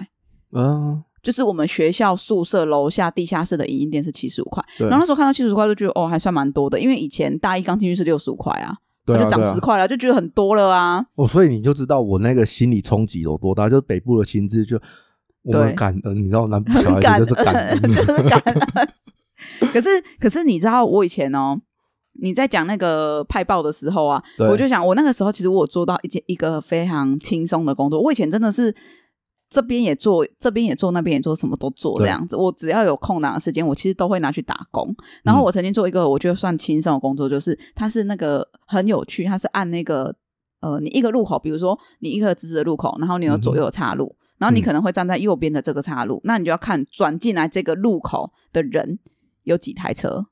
[SPEAKER 1] 嗯，
[SPEAKER 2] 就是我们学校宿舍楼下地下室的影印店是七十五块。
[SPEAKER 1] 对，啊
[SPEAKER 2] 然后那时候看到七十五块就觉得哦，还算蛮多的，因为以前大一刚进去是六十五块啊，
[SPEAKER 1] 对啊
[SPEAKER 2] 就涨
[SPEAKER 1] 对啊
[SPEAKER 2] 十块了，就觉得很多了啊。
[SPEAKER 1] 哦，所以你就知道我那个心理冲击有多大，就是北部的薪资就我
[SPEAKER 2] 对
[SPEAKER 1] 们感恩，你知道南部小
[SPEAKER 2] [laughs] 很
[SPEAKER 1] 孩
[SPEAKER 2] 感，
[SPEAKER 1] 子就是感嗯恩
[SPEAKER 2] 就是感恩。可是，可是你知道，我以前哦，你在讲那个派报的时候啊，
[SPEAKER 1] 对
[SPEAKER 2] 我就想，我那个时候其实我有做到一件一个非常轻松的工作。我以前真的是这边也做，这边也做，那边也做，什么都做这样子。我只要有空档的时间，我其实都会拿去打工。然
[SPEAKER 1] 嗯
[SPEAKER 2] 后我曾经做一个我觉得算轻松的工作，就是它是那个很有趣，它是按那个呃，你一个路口，比如说你一个直直的路口，然后你有
[SPEAKER 1] 嗯
[SPEAKER 2] 左右的岔路，然后你可能会站在右边的这个岔路，那你就要看转进来这个路口的人有几台车，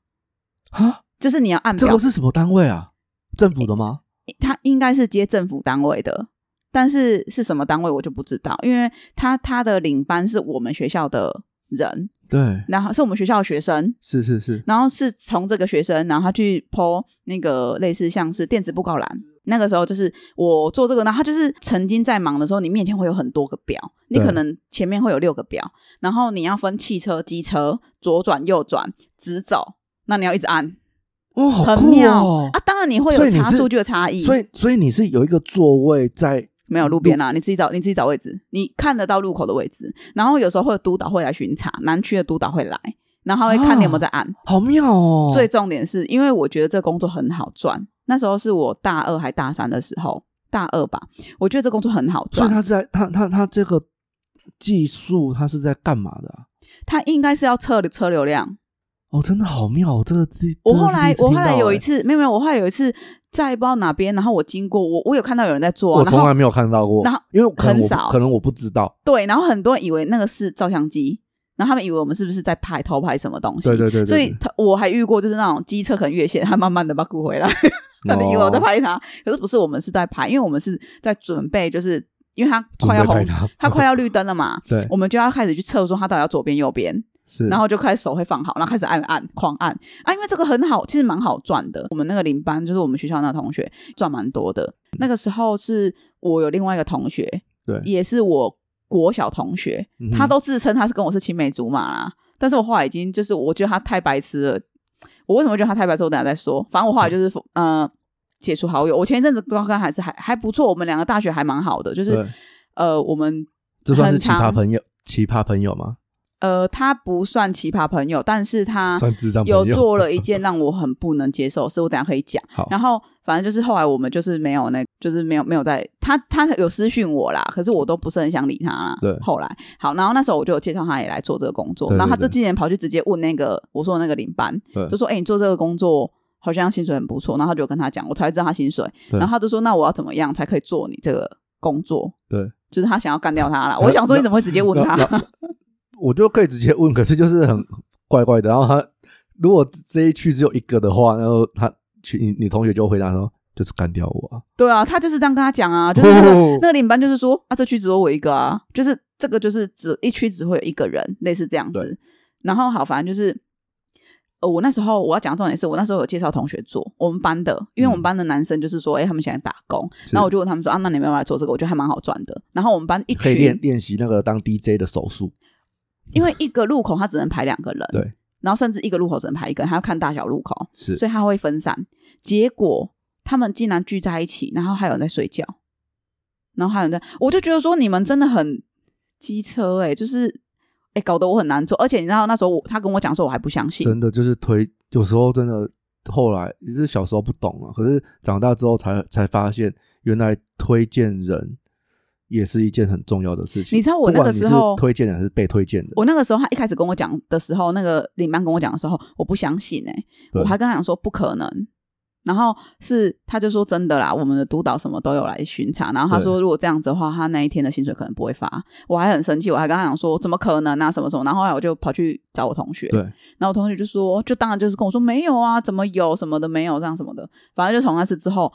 [SPEAKER 1] 啊，
[SPEAKER 2] 就是你要按
[SPEAKER 1] 这
[SPEAKER 2] 表
[SPEAKER 1] 个是什么单位啊？政府的吗？对，
[SPEAKER 2] 然后是我们学校的学生，
[SPEAKER 1] 是是是，
[SPEAKER 2] 然后是从这个学生，然后他去 PO 那个类似像是电子布告栏。那个时候就是我做这个，然后他就是曾经在忙的时候，你面前会有很多个表，你
[SPEAKER 1] 对
[SPEAKER 2] 可能前面会有六个表，然后你要分汽车、机车、左转、右转、直走，那你要一直按
[SPEAKER 1] 哇，好
[SPEAKER 2] 很
[SPEAKER 1] 酷
[SPEAKER 2] 妙
[SPEAKER 1] 哦！
[SPEAKER 2] 啊。当然你会
[SPEAKER 1] 所
[SPEAKER 2] 有
[SPEAKER 1] 以你
[SPEAKER 2] 差
[SPEAKER 1] 是
[SPEAKER 2] 数据的差异，
[SPEAKER 1] 所以所以你是有一个座位在，
[SPEAKER 2] 没有路边啊，你自己找你自己找位置，你看得到路口的位置。然后有时候会有督导会来巡查，南区的督导会来，然后会看你有没有在按。
[SPEAKER 1] 好妙哦！
[SPEAKER 2] 最重点是因为我觉得这工作很好赚，那时候是我大二还大三的时候，大二吧，我觉得这工作很好
[SPEAKER 1] 所以
[SPEAKER 2] 赚。
[SPEAKER 1] 他在他他他这个技术他是在干嘛的啊？
[SPEAKER 2] 他应该是要测车流量。
[SPEAKER 1] 哦，真的好妙！哦，这个这
[SPEAKER 2] 我后
[SPEAKER 1] 真的是第一
[SPEAKER 2] 来
[SPEAKER 1] 次
[SPEAKER 2] 我后
[SPEAKER 1] 听到
[SPEAKER 2] 来有一
[SPEAKER 1] 欸
[SPEAKER 2] 次，没有没有，我后来有一次在不知道哪边，然后我经过，我我有看到有人在做、啊，
[SPEAKER 1] 我
[SPEAKER 2] 然
[SPEAKER 1] 从
[SPEAKER 2] 后
[SPEAKER 1] 来没有看到过
[SPEAKER 2] 然后，
[SPEAKER 1] 因为可能
[SPEAKER 2] 很
[SPEAKER 1] 我不
[SPEAKER 2] 少 [laughs]
[SPEAKER 1] 可能我不知道，
[SPEAKER 2] 对，然后很多人以为那个是照相机，然后他们以为我们是不是在拍偷拍什么东西，
[SPEAKER 1] 对对对对，
[SPEAKER 2] 所以他我还遇过就是那种机车可能越线，他慢慢的把鼓回来， [laughs] 他
[SPEAKER 1] 哦
[SPEAKER 2] 以为我在拍他，可是不是我们是在拍，因为我们是在准备，就是因为他快要
[SPEAKER 1] 准备拍
[SPEAKER 2] 红
[SPEAKER 1] 他，，
[SPEAKER 2] 他快要绿灯了嘛
[SPEAKER 1] [laughs] 对
[SPEAKER 2] 我们就要开始去测说他到底要左边右边，
[SPEAKER 1] 是，
[SPEAKER 2] 然后就开始手会放好，然后开始按按狂按啊，因为这个很好，其实蛮好赚的。我们那个领班就是我们学校那个同学赚蛮多的。那个时候是我有另外一个同学，
[SPEAKER 1] 嗯对
[SPEAKER 2] 也是我国小同学，
[SPEAKER 1] 嗯
[SPEAKER 2] 他
[SPEAKER 1] 哼
[SPEAKER 2] 都自称他是跟我是青梅竹马啦，但是我后来已经就是我觉得他太白痴了。我为什么觉得他太白痴？我等一下再说。反正
[SPEAKER 1] 嗯
[SPEAKER 2] 我后来就是呃解除好友。我前一阵子刚刚还是还还不错，我们两个大学还蛮好的，就是
[SPEAKER 1] 对，
[SPEAKER 2] 呃我们
[SPEAKER 1] 这算是
[SPEAKER 2] 很
[SPEAKER 1] 奇葩
[SPEAKER 2] 长
[SPEAKER 1] 朋友，奇葩朋友吗？
[SPEAKER 2] 呃他不算奇葩朋友，但是他
[SPEAKER 1] 算智障朋
[SPEAKER 2] 啊有
[SPEAKER 1] 友，
[SPEAKER 2] 做了一件让我很不能接受的事，我等一下可以讲。
[SPEAKER 1] 好
[SPEAKER 2] 然后反正就是后来我们就是没有那，就是没有没有在他他有私讯我啦，可是我都不是很想理他啦。
[SPEAKER 1] 对
[SPEAKER 2] 后来好，然后那时候我就有介绍他也来做这个工作，
[SPEAKER 1] 对对
[SPEAKER 2] 然后他这
[SPEAKER 1] 对
[SPEAKER 2] 几年跑去直接问那个我说的那个领班
[SPEAKER 1] 对，
[SPEAKER 2] 就说：“哎、你做这个工作。”好像薪水很不错，然后他就跟他讲，我才知道他薪水，
[SPEAKER 1] 对
[SPEAKER 2] 然后他就说：“那我要怎么样才可以做你这个工作？”
[SPEAKER 1] 对，
[SPEAKER 2] 就是他想要干掉
[SPEAKER 1] [laughs]
[SPEAKER 2] 他啦。我想说，你怎么会直接问他？
[SPEAKER 1] 我就可以直接问，可是就是很怪怪的。然后他如果这一区只有一个的话，然后他去你你同学就回答说，就是干掉我啊，
[SPEAKER 2] 对啊，他就是这样跟他讲啊，就是那个、
[SPEAKER 1] 哦
[SPEAKER 2] 那个领班就是说，啊，这区只有我一个啊，就是这个就是只一区只会有一个人，类似这样子。然后好，反正就是，呃，我那时候我要讲的重点是我那时候有介绍同学做我们班的，因为我们班的男生就是说，哎、他们想打工，
[SPEAKER 1] 嗯是
[SPEAKER 2] 然后我就问他们说，啊，那你们要不要来做这个？我觉得还蛮好赚的。然后我们班一
[SPEAKER 1] 可以练
[SPEAKER 2] 群，
[SPEAKER 1] 练习那个当 DJ 的手速。
[SPEAKER 2] 因为一个路口他只能排两个人，
[SPEAKER 1] 对，
[SPEAKER 2] 然后甚至一个路口只能排一个人，还要看大小路口，
[SPEAKER 1] 是
[SPEAKER 2] 所以他会分散。结果他们竟然聚在一起，然后还有人在睡觉，然后还有人在，我就觉得说你们真的很机车哎、就是哎、欸搞得我很难做。而且你知道那时候我他跟我讲说，我还不相信，
[SPEAKER 1] 真的就是推，有时候真的后来就是小时候不懂啊，可是长大之后才才发现，原来推荐人也是一件很重要的事情。
[SPEAKER 2] 你知道我
[SPEAKER 1] 不
[SPEAKER 2] 那
[SPEAKER 1] 管
[SPEAKER 2] 个
[SPEAKER 1] 你
[SPEAKER 2] 时
[SPEAKER 1] 是
[SPEAKER 2] 候
[SPEAKER 1] 推荐人还是被推荐的，
[SPEAKER 2] 我那个时候他一开始跟我讲的时候，那个领班跟我讲的时候，我不相信哎、
[SPEAKER 1] 对
[SPEAKER 2] 我还跟他讲说不可能。然后是他就说真的啦，我们的督导什么都有来巡查。然后他说如果这样子的话，他那一天的薪水可能不会发。我还很生气，我还跟他讲说怎么可能啊什么什么。然后后来我就跑去找我同学，
[SPEAKER 1] 对
[SPEAKER 2] 然后我同学就说，就当然就是跟我说没有啊，怎么有什么的没有这样什么的。反正就从那次之后，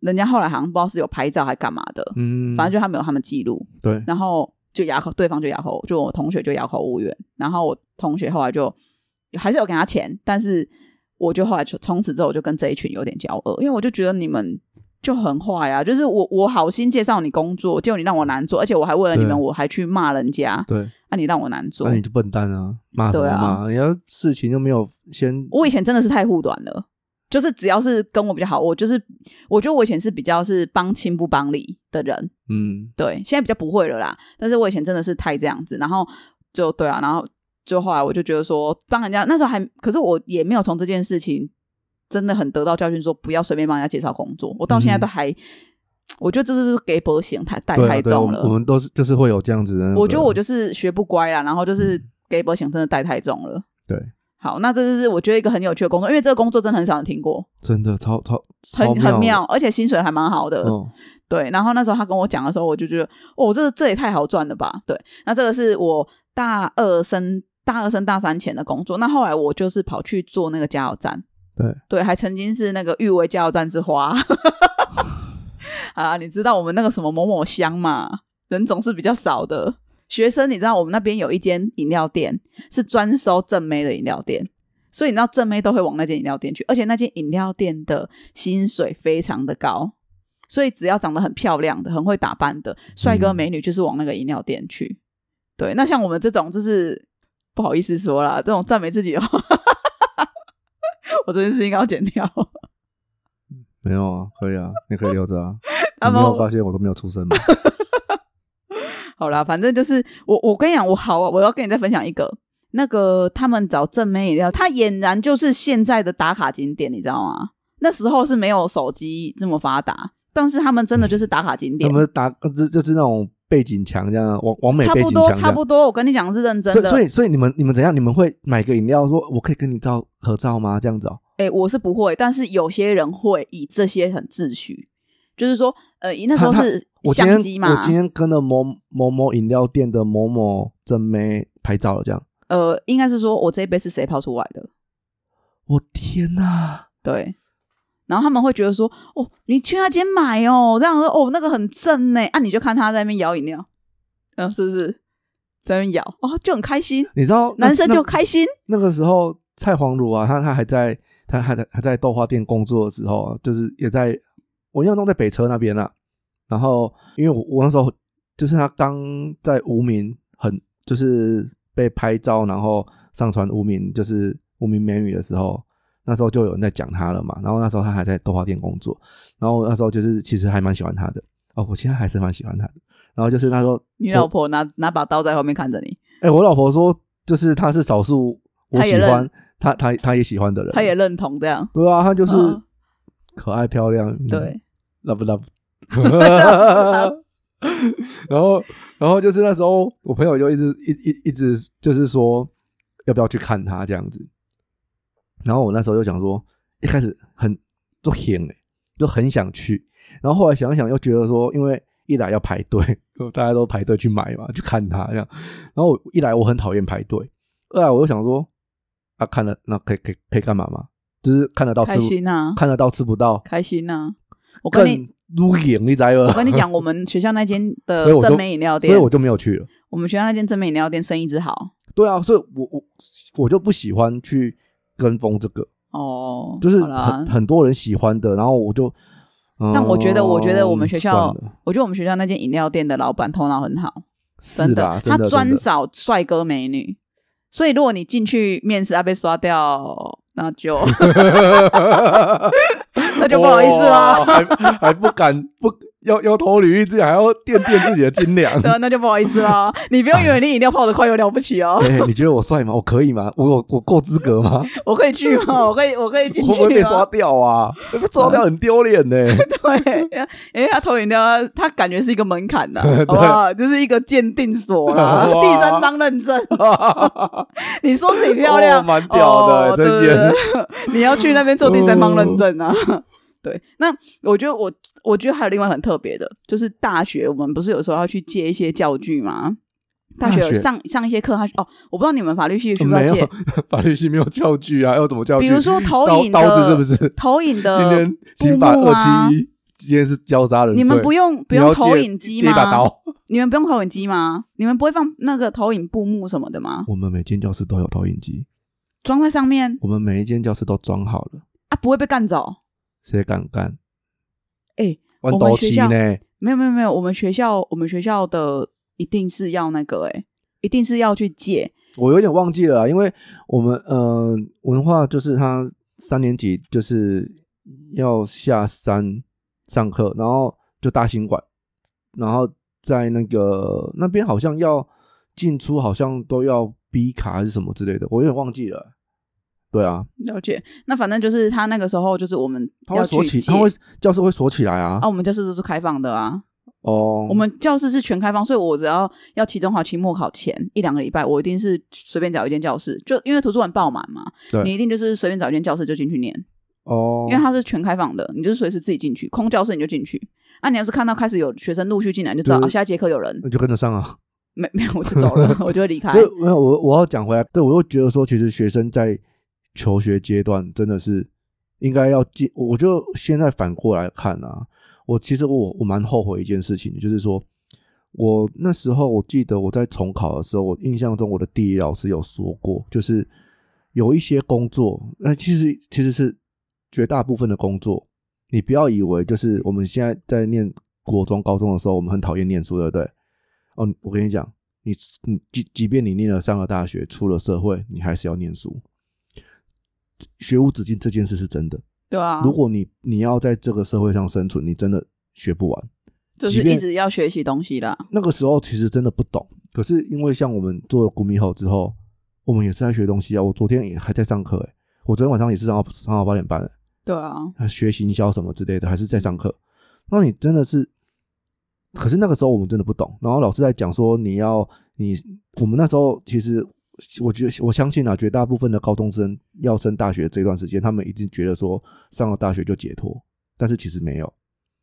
[SPEAKER 2] 人家后来好像不知道是有拍照还干嘛的，
[SPEAKER 1] 嗯，
[SPEAKER 2] 反正就他们有他们记录。
[SPEAKER 1] 对
[SPEAKER 2] 然后就哑口，对方就哑口，就我同学就哑口无言。然后我同学后来就还是有给他钱，但是我就后来从此之后我就跟这一群有点交恶，因为我就觉得你们就很坏啊！就是我我好心介绍你工作，结果你让我难做，而且我还为了你们
[SPEAKER 1] 对
[SPEAKER 2] 我还去骂人家，
[SPEAKER 1] 对，
[SPEAKER 2] 啊你让我难做
[SPEAKER 1] 那。你就笨蛋啊，骂什么
[SPEAKER 2] 对啊
[SPEAKER 1] 骂？你要事情又没有先
[SPEAKER 2] 我以前真的是太护短了。就是只要是跟我比较好，我就是我觉得我以前是比较是帮亲不帮理的人，
[SPEAKER 1] 嗯，
[SPEAKER 2] 对，现在比较不会了啦。但是我以前真的是太这样子，然后就对啊，然后就后来我就觉得说，帮人家那时候还，可是我也没有从这件事情真的很得到教训，说不要随便帮人家介绍工作。我到现在都还，我觉得这就是给波形太带
[SPEAKER 1] 嗯对啊
[SPEAKER 2] 太
[SPEAKER 1] 对啊，我
[SPEAKER 2] 重
[SPEAKER 1] 们
[SPEAKER 2] 了。
[SPEAKER 1] 我们啊都是就是会有这样子的那个。
[SPEAKER 2] 我觉得我就是学不乖啦，然后就是给波形真的带太重了。
[SPEAKER 1] 嗯对，
[SPEAKER 2] 好，那这就是我觉得一个很有趣的工作，因为这个工作真的很少人听过，
[SPEAKER 1] 真的超超
[SPEAKER 2] 很
[SPEAKER 1] 超
[SPEAKER 2] 很
[SPEAKER 1] 妙
[SPEAKER 2] 妙，而且薪水还蛮好的。
[SPEAKER 1] 的，哦，
[SPEAKER 2] 对，然后那时候他跟我讲的时候，我就觉得，哦，这这也太好赚了吧？对，那这个是我大二升大二升大三前的工作。那后来我就是跑去做那个加油站，
[SPEAKER 1] 对
[SPEAKER 2] 对，还曾经是那个誉为加油站之花。啊，你知道我们那个什么某某乡嘛，人总是比较少的。学生，你知道我们那边有一间饮料店是专收正妹的饮料店，所以你知道正妹都会往那间饮料店去，而且那间饮料店的薪水非常的高，所以只要长得很漂亮的、很会打扮的帅哥
[SPEAKER 1] 嗯
[SPEAKER 2] 美女，就是往那个饮料店去。对，那像我们这种就是不好意思说啦，这种赞美自己的话， [laughs] 我这件事应该要剪掉。 [laughs]
[SPEAKER 1] 没有啊，可以啊，你可以留着啊。
[SPEAKER 2] [laughs] 那
[SPEAKER 1] 你没
[SPEAKER 2] 么
[SPEAKER 1] 有发现我都没有出声吗？
[SPEAKER 2] 好啦，反正就是我，我跟你讲，我好，啊我要跟你再分享一个，那个他们找正妹饮料，它俨然就是现在的打卡景点，你知道吗？那时候是没有手机这么发达，但是他们真的就是打卡景
[SPEAKER 1] 他
[SPEAKER 2] 点，
[SPEAKER 1] 们打就就是那种背景墙这样啊，王王美
[SPEAKER 2] 差
[SPEAKER 1] 背
[SPEAKER 2] 不
[SPEAKER 1] 景
[SPEAKER 2] 多，
[SPEAKER 1] 墙这
[SPEAKER 2] 差
[SPEAKER 1] 样。
[SPEAKER 2] 不多。我跟你讲是认真
[SPEAKER 1] 所以
[SPEAKER 2] 的，
[SPEAKER 1] 所以所以你们你们怎样？你们会买个饮料说我可以跟你照合照吗？这样子哦，
[SPEAKER 2] 哎、我是不会，但是有些人会以这些很秩序，就是说，呃，那时候
[SPEAKER 1] 他
[SPEAKER 2] 是
[SPEAKER 1] 我今
[SPEAKER 2] 相
[SPEAKER 1] 天
[SPEAKER 2] 机嘛
[SPEAKER 1] 我，今天跟了某某某饮料店的某某正妹拍照了，这样。
[SPEAKER 2] 呃，应该是说我这一杯是谁泡出来的？
[SPEAKER 1] 我天哪！
[SPEAKER 2] 对。然后他们会觉得说：“哦，你去那间买哦，这样说哦，那个很正呢。”啊，你就看他在那边摇饮料，嗯、是不是在那边摇？哦，就很开心，
[SPEAKER 1] 你知道那
[SPEAKER 2] 男生就
[SPEAKER 1] 那
[SPEAKER 2] 开心。
[SPEAKER 1] 那个时候蔡黄汝啊，他他还在他还在还在豆花店工作的时候啊，就是也在我印象中在北车那边啊。然后因为我我那时候就是他刚在无名很就是被拍照，然后上传无名就是无名美女的时候，那时候就有人在讲他了嘛。然后那时候他还在豆花店工作，然后那时候就是其实还蛮喜欢他的哦，我现在还是蛮喜欢他的。然后就是那时候
[SPEAKER 2] 你
[SPEAKER 1] 我
[SPEAKER 2] 老婆拿拿把刀在后面看着你，
[SPEAKER 1] 哎、我老婆说，就是她是少数我
[SPEAKER 2] 她也
[SPEAKER 1] 喜
[SPEAKER 2] 认
[SPEAKER 1] 欢她她她也喜欢的人，
[SPEAKER 2] 她也认同这样。
[SPEAKER 1] 对啊，她就是
[SPEAKER 2] 嗯
[SPEAKER 1] 可爱漂亮，嗯
[SPEAKER 2] 对，
[SPEAKER 1] ，love love。然后，然后就是那时候，我朋友就一直一一一直就是说要不要去看她这样子。然后我那时候就想说，一开始很就很哎、就很想去。然后后来想一想，又觉得说，因为一来要排队， [laughs] 大家都排队去买嘛，去看她这样。然后我一来我很讨厌排队，二来我就想说，啊，看了那可以可以可以干嘛嘛？就是看得到吃
[SPEAKER 2] 开
[SPEAKER 1] 不
[SPEAKER 2] 心呐、
[SPEAKER 1] 看得到吃不到，
[SPEAKER 2] 开心呐、我跟你
[SPEAKER 1] 更撸眼，你知道
[SPEAKER 2] 我
[SPEAKER 1] 吗？
[SPEAKER 2] 跟你讲，我们学校那间
[SPEAKER 1] 所以
[SPEAKER 2] 的
[SPEAKER 1] 我就
[SPEAKER 2] 正美饮料
[SPEAKER 1] 所以
[SPEAKER 2] 店，
[SPEAKER 1] 我就没有去了。
[SPEAKER 2] 我们学校那间正美饮料店生意之好
[SPEAKER 1] 对啊，所以我我我就不喜欢去跟风这个，
[SPEAKER 2] 哦，
[SPEAKER 1] 就是
[SPEAKER 2] 好啦
[SPEAKER 1] 很很多人喜欢的，然后我就。嗯
[SPEAKER 2] 但我觉得我觉得我们学校
[SPEAKER 1] 算了
[SPEAKER 2] 我觉得我们学校那间饮料店的老板头脑很好，
[SPEAKER 1] 是啦，真
[SPEAKER 2] 他
[SPEAKER 1] 的
[SPEAKER 2] 专
[SPEAKER 1] 真的
[SPEAKER 2] 找帅哥美女，所以如果你进去面试啊被刷掉，那
[SPEAKER 1] [laughs]
[SPEAKER 2] 就那就不好意思
[SPEAKER 1] 哇
[SPEAKER 2] 啦，
[SPEAKER 1] 哦还还不敢不要要投履历之前还要垫垫自己的斤两。
[SPEAKER 2] [laughs] 对啊，那就不好意思啦。你不要以为你饮料泡得快有了不起
[SPEAKER 1] [laughs]
[SPEAKER 2] 哦，
[SPEAKER 1] 哎，你觉得我帅吗？我可以吗？我我我够资格
[SPEAKER 2] [laughs]
[SPEAKER 1] 吗？
[SPEAKER 2] 我可以去吗？我可以，我可以进
[SPEAKER 1] 会
[SPEAKER 2] 去吗？
[SPEAKER 1] 不会被刷掉
[SPEAKER 2] [laughs]
[SPEAKER 1] 啊？被刷掉很丢脸呢。
[SPEAKER 2] 对，哎，他投饮料，他感觉是一个门槛
[SPEAKER 1] [laughs]
[SPEAKER 2] 呐、好不好？就是一个鉴定所啦，
[SPEAKER 1] 哇
[SPEAKER 2] 第三方认证。你说自己漂亮，
[SPEAKER 1] 哦蛮 [laughs] 屌的
[SPEAKER 2] 哦
[SPEAKER 1] 这
[SPEAKER 2] 对
[SPEAKER 1] 些嗯
[SPEAKER 2] 对对
[SPEAKER 1] [laughs]
[SPEAKER 2] 对你要去那边做第三方认证啊。 [laughs] 对，那我觉得我，我觉得还有另外很特别的，就是大学我们不是有时候要去借一些教具吗？大学
[SPEAKER 1] 大
[SPEAKER 2] 有
[SPEAKER 1] 学哦
[SPEAKER 2] 上上一些课，他哦，我不知道你们法律系需不需要
[SPEAKER 1] 没
[SPEAKER 2] 借
[SPEAKER 1] 有， [laughs] 法律系没有教具啊，要怎么教具？
[SPEAKER 2] 比如说投
[SPEAKER 1] 刀
[SPEAKER 2] 影的
[SPEAKER 1] 刀子是不是？
[SPEAKER 2] 投影的，
[SPEAKER 1] 今天刑法
[SPEAKER 2] 布幕啊
[SPEAKER 1] 二七一，今天是交杀人罪，
[SPEAKER 2] 你们不用不
[SPEAKER 1] 你要
[SPEAKER 2] 用
[SPEAKER 1] 借
[SPEAKER 2] 投影机
[SPEAKER 1] 借
[SPEAKER 2] 吗？
[SPEAKER 1] 一把刀。
[SPEAKER 2] 你们不用投影机吗？你们不会放那个投影布幕什么的吗？
[SPEAKER 1] [laughs] 我们每间教室都有投影机，
[SPEAKER 2] 装在上面
[SPEAKER 1] 我们每一间教室都装好了，
[SPEAKER 2] 啊，不会被干走？
[SPEAKER 1] 谁敢干？
[SPEAKER 2] 哎
[SPEAKER 1] 弯
[SPEAKER 2] 我
[SPEAKER 1] 刀
[SPEAKER 2] 们学
[SPEAKER 1] 七
[SPEAKER 2] 校
[SPEAKER 1] 呢？
[SPEAKER 2] 没有没有没有，我们学校我们学校的一定是要那个哎、一定是要去借
[SPEAKER 1] 我有点忘记了啊，因为我们呃文化就是他三年级就是要下山上课，然后就大兴馆，然后在那个那边好像要进出好像都要 B 卡还是什么之类的，我有点忘记了。对啊，
[SPEAKER 2] 了解。那反正就是他那个时候就是我们
[SPEAKER 1] 他
[SPEAKER 2] 要
[SPEAKER 1] 会锁
[SPEAKER 2] 去
[SPEAKER 1] 起，
[SPEAKER 2] 借
[SPEAKER 1] 他会教室会锁起来啊
[SPEAKER 2] 啊，。我们教室都是开放的啊，
[SPEAKER 1] 哦，
[SPEAKER 2] 我们教室是全开放，所以我只要要期中考、期末考前一两个礼拜，我一定是随便找一间教室，就因为图书馆爆满嘛，
[SPEAKER 1] 对
[SPEAKER 2] 你一定就是随便找一间教室就进去念。
[SPEAKER 1] 哦，
[SPEAKER 2] 因为它是全开放的，你就是随时自己进去，空教室你就进去。啊，你要是看到开始有学生陆续进来，你就知道、
[SPEAKER 1] 对
[SPEAKER 2] 啊、下一节课有人，
[SPEAKER 1] 那就跟得上啊。
[SPEAKER 2] 没没有我就走
[SPEAKER 1] [laughs]
[SPEAKER 2] 了，我就会离开
[SPEAKER 1] 所。以没有我我要讲回来，对我又觉得说，其实学生在求学阶段真的是应该要进。我就现在反过来看啊，我其实我我蛮后悔一件事情，就是说我那时候我记得我在重考的时候，我印象中我的地理老师有说过，就是有一些工作，那、其实其实是绝大部分的工作，你不要以为就是我们现在在念国中、高中的时候，我们很讨厌念书，对不对？哦，我跟你讲，你你即即便你念了上了大学，出了社会，你还是要念书。学无止境这件事是真的。
[SPEAKER 2] 对啊，
[SPEAKER 1] 如果你你要在这个社会上生存，你真的学不完。
[SPEAKER 2] 就
[SPEAKER 1] 即
[SPEAKER 2] 是
[SPEAKER 1] 便
[SPEAKER 2] 一直要学习东西啦。
[SPEAKER 1] 那个时候其实真的不懂，可是因为像我们做了古米后之后，我们也是在学东西啊。我昨天也还在上课、欸，我昨天晚上也是上到上到八点半、欸
[SPEAKER 2] 对啊，
[SPEAKER 1] 啊学行销什么之类的，还是在上课。那你真的是，可是那个时候我们真的不懂。然后老师在讲说，你要你我们那时候其实，我觉得我相信啊，绝大部分的高中生要升大学这段时间，他们一定觉得说上了大学就解脱，但是其实没有，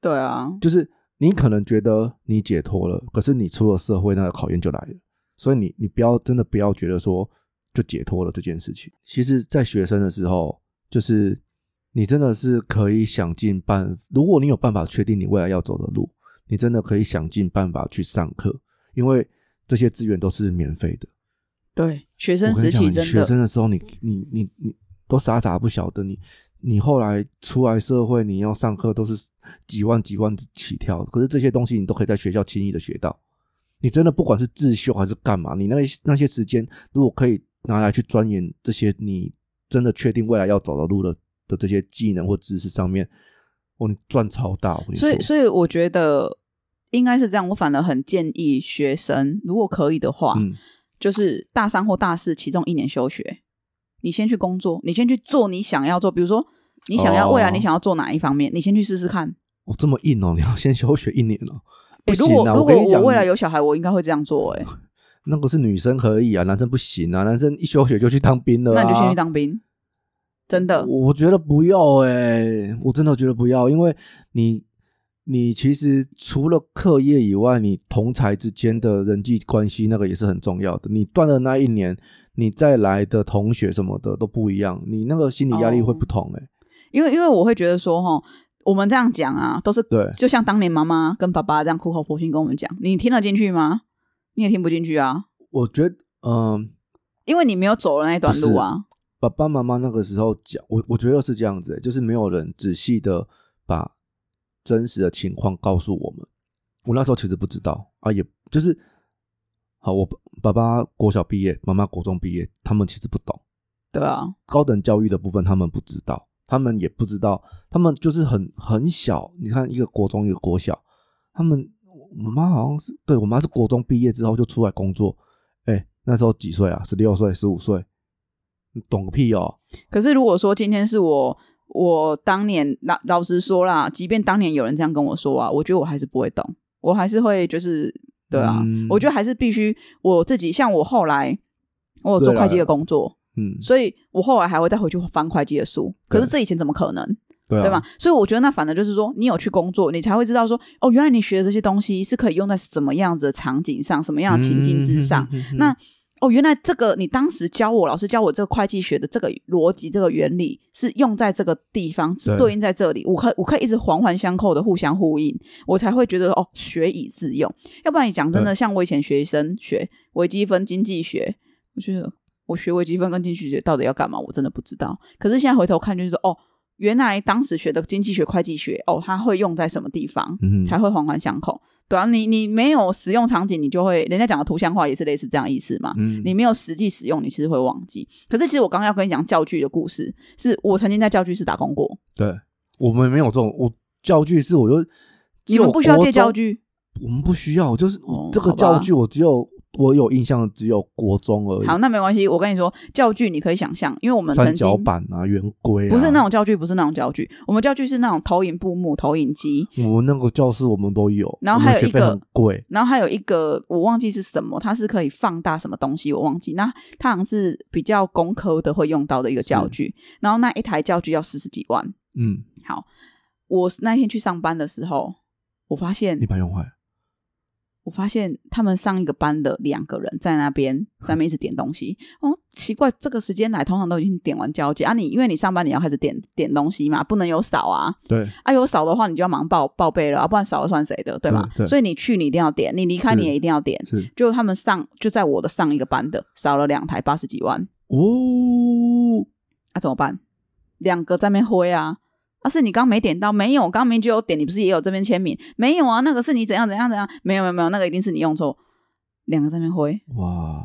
[SPEAKER 2] 对啊，
[SPEAKER 1] 就是你可能觉得你解脱了，可是你出了社会，那个考验就来了。所以你你不要真的不要觉得说就解脱了这件事情。其实，在学生的时候，就是你真的是可以想尽办，如果你有办法确定你未来要走的路，你真的可以想尽办法去上课，因为这些资源都是免费的。
[SPEAKER 2] 对，学生
[SPEAKER 1] 我跟
[SPEAKER 2] 时
[SPEAKER 1] 你讲，
[SPEAKER 2] 期
[SPEAKER 1] 你
[SPEAKER 2] 真
[SPEAKER 1] 学
[SPEAKER 2] 的
[SPEAKER 1] 生的时候你，你你你都傻傻不晓得你，你后来出来社会，你要上课都是几万几万起跳，可是这些东西你都可以在学校轻易的学到。你真的不管是自修还是干嘛，你那些那些时间如果可以拿来去钻研这些你真的确定未来要走的路的的这些技能或知识上面，我你赚超大。我跟你说
[SPEAKER 2] 所以，所以我觉得应该是这样。我反而很建议学生，如果可以的话，
[SPEAKER 1] 嗯，
[SPEAKER 2] 就是大三或大四其中一年休学，你先去工作，你先去做你想要做，比如说你想要、
[SPEAKER 1] 哦
[SPEAKER 2] 未来你想要做哪一方面，你先去试试看。
[SPEAKER 1] 我、这么硬哦，你要先休学一年哦。不
[SPEAKER 2] 诶哎如
[SPEAKER 1] 行
[SPEAKER 2] 果
[SPEAKER 1] 啊！
[SPEAKER 2] 如
[SPEAKER 1] 我跟
[SPEAKER 2] 果
[SPEAKER 1] 你讲，
[SPEAKER 2] 我未来有小孩，我应该会这样做、欸诶，
[SPEAKER 1] 那个是女生可以啊，男生不行啊，男生一休学就去当兵了、啊。
[SPEAKER 2] 那你就先去当兵，真的。
[SPEAKER 1] 我我觉得不要哎、我真的觉得不要，因为你你其实除了课业以外，你同才之间的人际关系那个也是很重要的。你断了那一年，你再来的同学什么的都不一样，你那个心理压力会不同哎、
[SPEAKER 2] 因为因为我会觉得说，哈，我们这样讲啊，都是
[SPEAKER 1] 对
[SPEAKER 2] 就像当年妈妈跟爸爸这样苦口婆心跟我们讲，你听得进去吗？你也听不进去啊，
[SPEAKER 1] 我觉得嗯、
[SPEAKER 2] 因为你没有走了那一段路啊。
[SPEAKER 1] 爸爸妈妈那个时候讲，我我觉得是这样子、欸，就是没有人仔细的把真实的情况告诉我们。我那时候其实不知道啊，也就是好，我爸爸国小毕业，妈妈国中毕业，他们其实不懂
[SPEAKER 2] 对啊，
[SPEAKER 1] 高等教育的部分，他们不知道，他们也不知道，他们就是很很小。你看，一个国中，一个国小，他们我妈好像是对我妈是国中毕业之后就出来工作，哎、那时候几岁啊？十六岁、十五岁，你懂个屁哦、
[SPEAKER 2] 可是如果说今天是我，我当年老老实说啦，即便当年有人这样跟我说啊，我觉得我还是不会懂，我还是会就是对啊，
[SPEAKER 1] 嗯
[SPEAKER 2] 我觉得还是必须我自己。像我后来我有做
[SPEAKER 1] 对啦
[SPEAKER 2] 会计的工作，
[SPEAKER 1] 嗯，
[SPEAKER 2] 所以我后来还会再回去翻会计的书。可是
[SPEAKER 1] 对
[SPEAKER 2] 这以前怎么可能？
[SPEAKER 1] 对啊，
[SPEAKER 2] 对吧？所以我觉得那反正就是说，你有去工作，你才会知道说，哦，原来你学的这些东西是可以用在什么样子的场景上，什么样
[SPEAKER 1] 嗯？
[SPEAKER 2] 的情境之上。
[SPEAKER 1] 嗯，嗯嗯
[SPEAKER 2] 那哦，原来这个你当时教我，老师教我这个会计学的这个逻辑、这个原理是用在这个地方，是
[SPEAKER 1] 对
[SPEAKER 2] 对应在这里。我可我可以一直环环相扣的互相呼应，我才会觉得哦，学以致用。要不然你讲真的，像我以前学生学微积分、经济学，我觉得我学微积分跟经济学到底要干嘛，我真的不知道。可是现在回头看，就是说哦，原来当时学的经济学、会计学，哦，它会用在什么地方？
[SPEAKER 1] 嗯
[SPEAKER 2] 才会环环相扣。对啊，你你没有使用场景，你就会人家讲的图像化也是类似这样意思嘛。
[SPEAKER 1] 嗯
[SPEAKER 2] 你没有实际使用，你其实会忘记。可是其实我刚刚要跟你讲教具的故事，是我曾经在教具室打工过。
[SPEAKER 1] 对我们没有这种，我教具是我就
[SPEAKER 2] 你们不需要借教，
[SPEAKER 1] 只有
[SPEAKER 2] 具，
[SPEAKER 1] 国中我们不需要，就是
[SPEAKER 2] 哦
[SPEAKER 1] 这个教具我只有我有印象的只有国中而已，
[SPEAKER 2] 好，那没关系。我跟你说，教具你可以想象，因为我们曾
[SPEAKER 1] 三
[SPEAKER 2] 经
[SPEAKER 1] 角板啊、圆规啊，
[SPEAKER 2] 不是那种教具，不是那种教具，我们教具是那种投影布幕、投影机，
[SPEAKER 1] 我们那个教室我们都有，
[SPEAKER 2] 然后
[SPEAKER 1] 我们
[SPEAKER 2] 还有
[SPEAKER 1] 学
[SPEAKER 2] 一
[SPEAKER 1] 费
[SPEAKER 2] 个
[SPEAKER 1] 很贵，
[SPEAKER 2] 然后还有一个我忘记是什么，它是可以放大什么东西，我忘记。那它好像是比较工科的会用到的一个教具，然后那一台教具要四十几万。
[SPEAKER 1] 嗯，
[SPEAKER 2] 我那天去上班的时候，我发现
[SPEAKER 1] 你把它用坏了，
[SPEAKER 2] 我发现他们上一个班的两个人在
[SPEAKER 1] [laughs]
[SPEAKER 2] 那边在那边一直点东西。哦，奇怪，这个时间来通常都已经点完交接啊你。因为你上班你要开始点点东西嘛，不能有少啊。
[SPEAKER 1] 对，
[SPEAKER 2] 啊，有少的话你就要忙报报备了，啊、不然少了算谁的，对吗？
[SPEAKER 1] 嗯对
[SPEAKER 2] 所以你去你一定要点，你离开你
[SPEAKER 1] 是
[SPEAKER 2] 也一定要点。
[SPEAKER 1] 是
[SPEAKER 2] 就他们上就在我的上一个班的少了两台八十几万，
[SPEAKER 1] 哦，
[SPEAKER 2] 啊怎么办？两个在那边挥啊，啊是你刚没点到，没有，刚明就有点，你不是也有这边签名？没有啊，那个是你怎样怎样怎样，没有没有没有，那个一定是你用错。两个在那边挥，
[SPEAKER 1] 哇，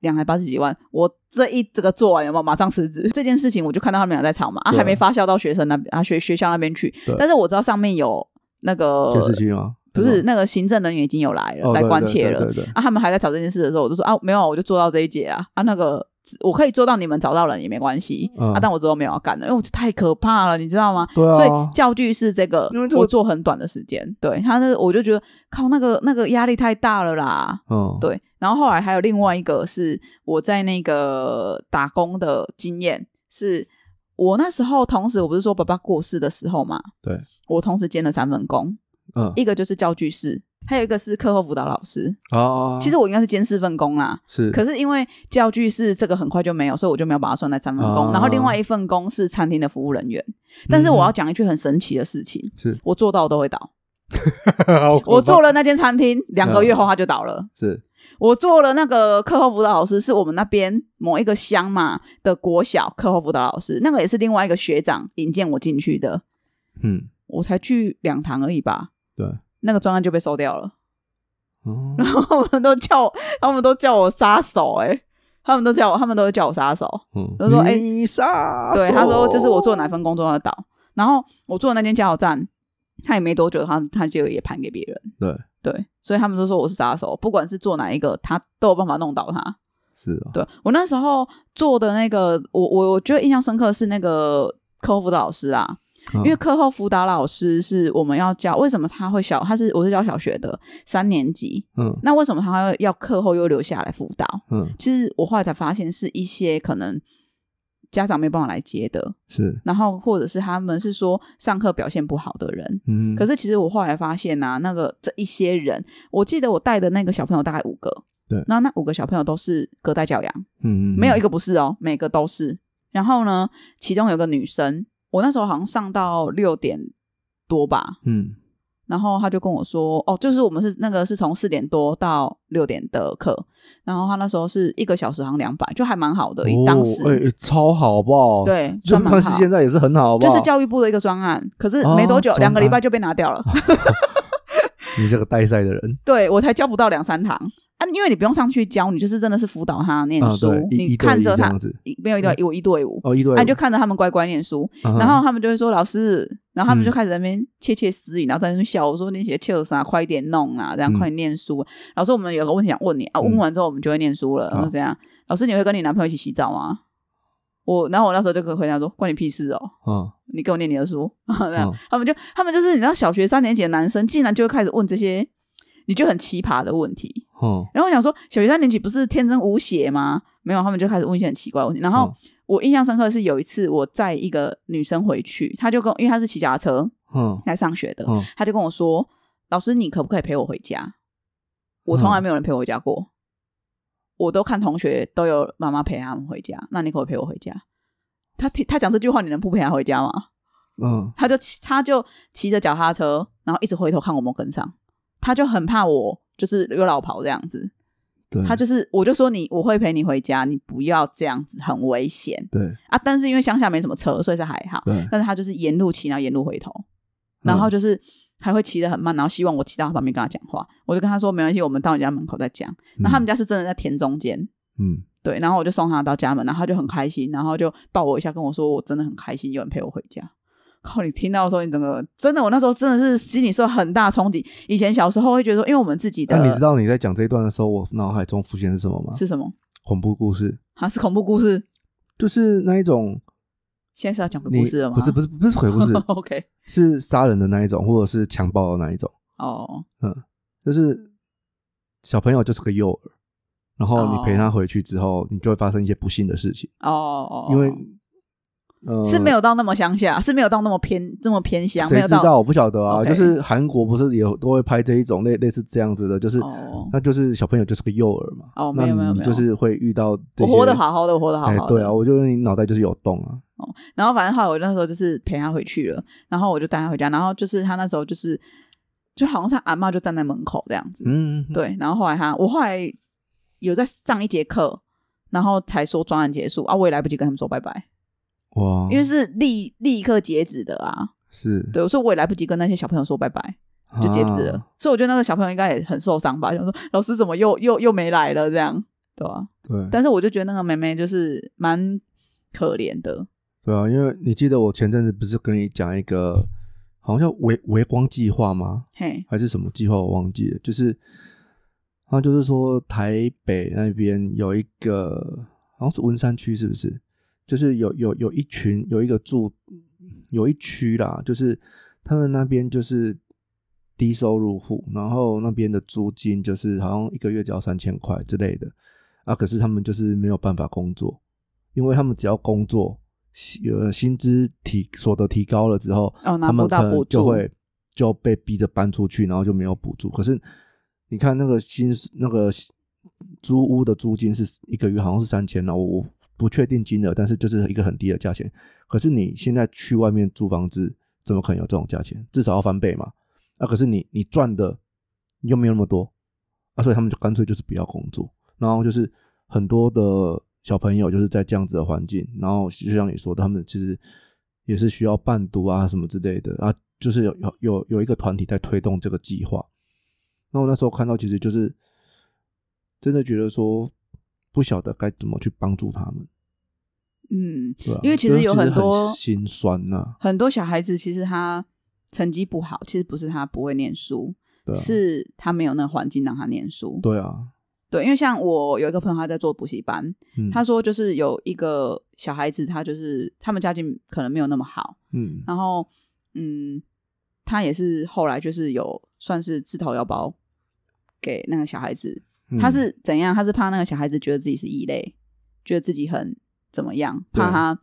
[SPEAKER 2] 两台八十几万，我这一这个做完有没有马上辞职？这件事情我就看到他们俩在吵嘛，啊
[SPEAKER 1] 对
[SPEAKER 2] 还没发酵到学生那边啊学学校那边去
[SPEAKER 1] 对，啊
[SPEAKER 2] 但是我知道上面有那个
[SPEAKER 1] 电视机吗？
[SPEAKER 2] 不是那个行政人员已经有来了，
[SPEAKER 1] 啊哦
[SPEAKER 2] 来
[SPEAKER 1] 对
[SPEAKER 2] 关
[SPEAKER 1] 对
[SPEAKER 2] 切
[SPEAKER 1] 对
[SPEAKER 2] 了，
[SPEAKER 1] 对对，
[SPEAKER 2] 啊，他们还在吵这件事的时候，我就说啊，没有啊，我就做到这一节啊，啊，那个我可以做到你们找到人也没关系、
[SPEAKER 1] 嗯
[SPEAKER 2] 啊，但我之后没有要干了，因为我太可怕了，你知道吗？
[SPEAKER 1] 对啊
[SPEAKER 2] 所以教具是这个，
[SPEAKER 1] 因为这个
[SPEAKER 2] 我做很短的时间，对他那我就觉得靠那个那个压力太大了啦。
[SPEAKER 1] 嗯，
[SPEAKER 2] 对，然后后来还有另外一个是我在那个打工的经验，是我那时候同时我不是说爸爸过世的时候嘛，
[SPEAKER 1] 对，
[SPEAKER 2] 我同时兼了三份工，
[SPEAKER 1] 嗯，
[SPEAKER 2] 一个就是教具室，还有一个是课后辅导老师。
[SPEAKER 1] 啊，
[SPEAKER 2] 其实我应该是兼四份工啦，
[SPEAKER 1] 是
[SPEAKER 2] 可是因为教具是这个很快就没有，所以我就没有把它算在三份工。
[SPEAKER 1] 啊
[SPEAKER 2] 然后另外一份工是餐厅的服务人员，但是我要讲一句很神奇的事情，
[SPEAKER 1] 是
[SPEAKER 2] 我做到都会倒。
[SPEAKER 1] 嗯 [laughs] 好
[SPEAKER 2] 我
[SPEAKER 1] 可怕
[SPEAKER 2] 做了那间餐厅，两个月后它就倒了。
[SPEAKER 1] 是
[SPEAKER 2] 我做了那个课后辅导老师，是我们那边某一个乡嘛的国小课后辅导老师，那个也是另外一个学长引荐我进去的，
[SPEAKER 1] 嗯
[SPEAKER 2] 我才去两堂而已吧。
[SPEAKER 1] 对
[SPEAKER 2] 那个专案就被收掉了， [laughs]
[SPEAKER 1] 哦
[SPEAKER 2] 他们都叫我，他们都叫我杀手、欸，他们都叫我，他们都叫我杀手。
[SPEAKER 1] 嗯，
[SPEAKER 2] 他说哎
[SPEAKER 1] 女杀手
[SPEAKER 2] 对，他说就是我做哪份工作要倒，然后我做的那间加油站，他也没多久，他他就也盘给别人，
[SPEAKER 1] 对
[SPEAKER 2] 对，所以他们都说我是杀手，不管是做哪一个，他都有办法弄倒他。
[SPEAKER 1] 是哦
[SPEAKER 2] 对我那时候做的那个，我我我觉得印象深刻是那个客户辅导老师啦，
[SPEAKER 1] 嗯
[SPEAKER 2] 因为课后辅导老师是我们要教，为什么他会小？他是我是教小学的三年级，
[SPEAKER 1] 嗯
[SPEAKER 2] 那为什么他会要课后又留下来辅导？
[SPEAKER 1] 嗯
[SPEAKER 2] 其实我后来才发现，是一些可能家长没办法来接的，
[SPEAKER 1] 是
[SPEAKER 2] 然后或者是他们是说上课表现不好的人。
[SPEAKER 1] 嗯
[SPEAKER 2] 可
[SPEAKER 1] 是
[SPEAKER 2] 是其实我后来发现啊，那个这一些人，我记得我带的那个小朋友大概五个，
[SPEAKER 1] 对
[SPEAKER 2] 那那五个小朋友都是隔代教养，
[SPEAKER 1] 嗯嗯
[SPEAKER 2] 没有一
[SPEAKER 1] 嗯
[SPEAKER 2] 个不是哦，每个都是。然后呢，其中有个女生，我那时候好像上到六点多吧，
[SPEAKER 1] 嗯
[SPEAKER 2] 然后她就跟我说，哦，就是我们是那个是从四点多到六点的课，然后她那时候是一个小时好像两百，就还蛮好的，以
[SPEAKER 1] 哦
[SPEAKER 2] 当时、
[SPEAKER 1] 哎超好好不好？，
[SPEAKER 2] 对，
[SPEAKER 1] [laughs] 就
[SPEAKER 2] 算蛮
[SPEAKER 1] 算
[SPEAKER 2] 好
[SPEAKER 1] 是。现在也是很好好不
[SPEAKER 2] 就
[SPEAKER 1] 好？
[SPEAKER 2] 是教育部的一个专案，可是
[SPEAKER 1] 哦
[SPEAKER 2] 没多久，
[SPEAKER 1] 专案
[SPEAKER 2] 两个礼拜就被拿掉了。
[SPEAKER 1] 哦你这个带赛的人
[SPEAKER 2] [laughs] 对我才教不到两三堂啊，因为你不用上去教，你就是真的是辅导他念
[SPEAKER 1] 啊
[SPEAKER 2] 书，
[SPEAKER 1] 对一
[SPEAKER 2] 你
[SPEAKER 1] 一对
[SPEAKER 2] 看
[SPEAKER 1] 一
[SPEAKER 2] 着
[SPEAKER 1] 这
[SPEAKER 2] 他
[SPEAKER 1] 样子，
[SPEAKER 2] 一没有一对一，我一对五，
[SPEAKER 1] 哦一对五
[SPEAKER 2] 啊，你就看着他们乖乖念书，
[SPEAKER 1] 嗯
[SPEAKER 2] 然后他们就会说老师，然后他们就开始在那边窃窃私语，然后在那边笑我说你写切啥，快一点弄啊，这样
[SPEAKER 1] 嗯
[SPEAKER 2] 快点念书。老师，我们有个问题想问你啊，
[SPEAKER 1] 嗯
[SPEAKER 2] 问完之后我们就会念书了，然后
[SPEAKER 1] 好
[SPEAKER 2] 这样。老师，你会跟你男朋友一起洗澡吗？我，然后我那时候就跟回答说，关你屁事哦。
[SPEAKER 1] 嗯
[SPEAKER 2] 你给我念你的书， [laughs] 这样、
[SPEAKER 1] 嗯
[SPEAKER 2] 他们就他们就是你知道小学三年级的男生，竟然就会开始问这些你就很奇葩的问题。
[SPEAKER 1] 嗯
[SPEAKER 2] 然后我想说，小学三年级不是天真无邪吗？没有，他们就开始问一些很奇怪的问题。然
[SPEAKER 1] 嗯
[SPEAKER 2] 后、我印象深刻的是有一次我载一个女生回去，她就跟我因为她是骑脚踏车
[SPEAKER 1] 嗯
[SPEAKER 2] 来上学的，
[SPEAKER 1] 嗯
[SPEAKER 2] 她就跟我说：“老师，你可不可以陪我回家？”我从来没有人陪我回家过，我都看同学都有妈妈陪他们回家，那你可不可以陪我回家？她听她讲这句话，你能不陪她回家吗？
[SPEAKER 1] 嗯
[SPEAKER 2] 他就骑他就骑着脚踏车，然后一直回头看我们跟上，他就很怕我就是有老跑这样子，
[SPEAKER 1] 对，
[SPEAKER 2] 他就是我就说你我会陪你回家，你不要这样子，很危险
[SPEAKER 1] 对
[SPEAKER 2] 啊！但是因为乡下没什么车，所以是还好，
[SPEAKER 1] 对，
[SPEAKER 2] 但是他就是沿路骑，然后沿路回头，然后就是还会骑得很慢，然后希望我骑到他旁边跟他讲话，我就跟他说没关系，我们到你家门口再讲。那他们
[SPEAKER 1] 家
[SPEAKER 2] 家是真的在田中间。
[SPEAKER 1] 嗯
[SPEAKER 2] 对，然后我就送他到家门，然后他就很开心，然后就抱我一下，跟我说我真的很开心，有人陪我回家。靠！你听到的时候，你整个真的，我那时候真的是心里受很大冲击。以前小时候会觉得说，因为我们自己的、
[SPEAKER 1] 那哎啊你知道你在讲这一段的时候，我脑海中浮现的是什么吗？
[SPEAKER 2] 呃是什么？
[SPEAKER 1] 恐怖故事，
[SPEAKER 2] 啊，是恐怖故事？
[SPEAKER 1] 就是那一种
[SPEAKER 2] 现在是要讲个
[SPEAKER 1] 你
[SPEAKER 2] 故事了吗？
[SPEAKER 1] 不是不是不是鬼故事，
[SPEAKER 2] [laughs] OK，
[SPEAKER 1] 是杀人的那一种，或者是强暴的那一种，
[SPEAKER 2] 哦，
[SPEAKER 1] 就是小朋友就是个诱饵，然后
[SPEAKER 2] 哦
[SPEAKER 1] 你陪他回去之后，你就会发生一些不幸的事情，
[SPEAKER 2] 哦哦，哦
[SPEAKER 1] 因为呃
[SPEAKER 2] 是没有到那么乡下，是没有到那么偏，这么偏乡，没
[SPEAKER 1] 谁
[SPEAKER 2] 有
[SPEAKER 1] 知
[SPEAKER 2] 到
[SPEAKER 1] 道我不晓得啊，
[SPEAKER 2] OK
[SPEAKER 1] 就是韩国不是也有都会拍这一种类类似这样子的，就是
[SPEAKER 2] 哦
[SPEAKER 1] 那就是小朋友就是个诱饵嘛，
[SPEAKER 2] 哦
[SPEAKER 1] 那
[SPEAKER 2] 没有没有
[SPEAKER 1] 你
[SPEAKER 2] 没有
[SPEAKER 1] 就是会遇到这
[SPEAKER 2] 我
[SPEAKER 1] 些
[SPEAKER 2] 活得好好的，我活得好
[SPEAKER 1] 哎
[SPEAKER 2] 好的。
[SPEAKER 1] 对啊，我觉得你脑袋就是有洞啊，
[SPEAKER 2] 然后反正后来我那时候就是陪他回去了，然后我就带他回家，然后就是他那时候就是就好像是他阿嬷就站在门口这样子，
[SPEAKER 1] 嗯，
[SPEAKER 2] 对，然后后来他我后来有在上一节课，然后才说专案结束啊，我也来不及跟他们说拜拜，
[SPEAKER 1] 哇，
[SPEAKER 2] 因为是立立刻截止的啊，
[SPEAKER 1] 是
[SPEAKER 2] 对，我说我也来不及跟那些小朋友说拜拜，就截止
[SPEAKER 1] 嗯
[SPEAKER 2] 了，
[SPEAKER 1] 啊
[SPEAKER 2] 所以我觉得那个小朋友应该也很受伤吧，想说老师怎么又又又没来了这样，对啊，
[SPEAKER 1] 对
[SPEAKER 2] 但是我就觉得那个妹妹就是蛮可怜的，
[SPEAKER 1] 对啊，因为你记得我前阵子不是跟你讲一个，好像叫微微光计划吗？
[SPEAKER 2] 嘿，
[SPEAKER 1] 还是什么计划？我忘记了。就是，好像就是说台北那边有一个，好像是文山区，是不是？就是有有有一群有一个住有一区啦，就是他们那边就是低收入户，然后那边的租金就是好像一个月只要三千块之类的啊，可是他们就是没有办法工作，因为他们只要工作，薪呃薪资提所得提高了之后，
[SPEAKER 2] 哦，拿
[SPEAKER 1] 他
[SPEAKER 2] 不
[SPEAKER 1] 们
[SPEAKER 2] 到
[SPEAKER 1] 可能
[SPEAKER 2] 补
[SPEAKER 1] 就
[SPEAKER 2] 助，
[SPEAKER 1] 会就被逼着搬出去，然后就没有补助。可是你看那个薪那个租屋的租金是一个月好像是三千啊了，我我不确定金额，但是就是一个很低的价钱。可是你现在去外面租房子，怎么可能有这种价钱？至少要翻倍嘛。啊，可是你你赚的又没有那么多啊，所以他们就干脆就是不要工作，然后就是很多的小朋友就是在这样子的环境，然后就像你说的，他们其实也是需要伴读啊什么之类的啊，就是有有有有一个团体在推动这个计划。那我那时候看到，其实就是真的觉得说不晓得该怎么去帮助他们，
[SPEAKER 2] 嗯，
[SPEAKER 1] 对吧、啊
[SPEAKER 2] 因为其实
[SPEAKER 1] 就
[SPEAKER 2] 有
[SPEAKER 1] 是
[SPEAKER 2] 很多
[SPEAKER 1] 心酸呐、
[SPEAKER 2] 很多小孩子其实他成绩不好，其实不是他不会念书，
[SPEAKER 1] 对啊，
[SPEAKER 2] 是他没有那个环境让他念书。
[SPEAKER 1] 对啊，
[SPEAKER 2] 对，因为像我有一个朋友，他在做补习班，
[SPEAKER 1] 嗯，
[SPEAKER 2] 他说就是有一个小孩子，他就是他们家境可能没有那么好，
[SPEAKER 1] 嗯
[SPEAKER 2] 然后嗯，他也是后来就是有算是自掏腰包给那个小孩子，
[SPEAKER 1] 嗯
[SPEAKER 2] 他是怎样？他是怕那个小孩子觉得自己是异类，觉得自己很怎么样，怕
[SPEAKER 1] 对啊
[SPEAKER 2] 他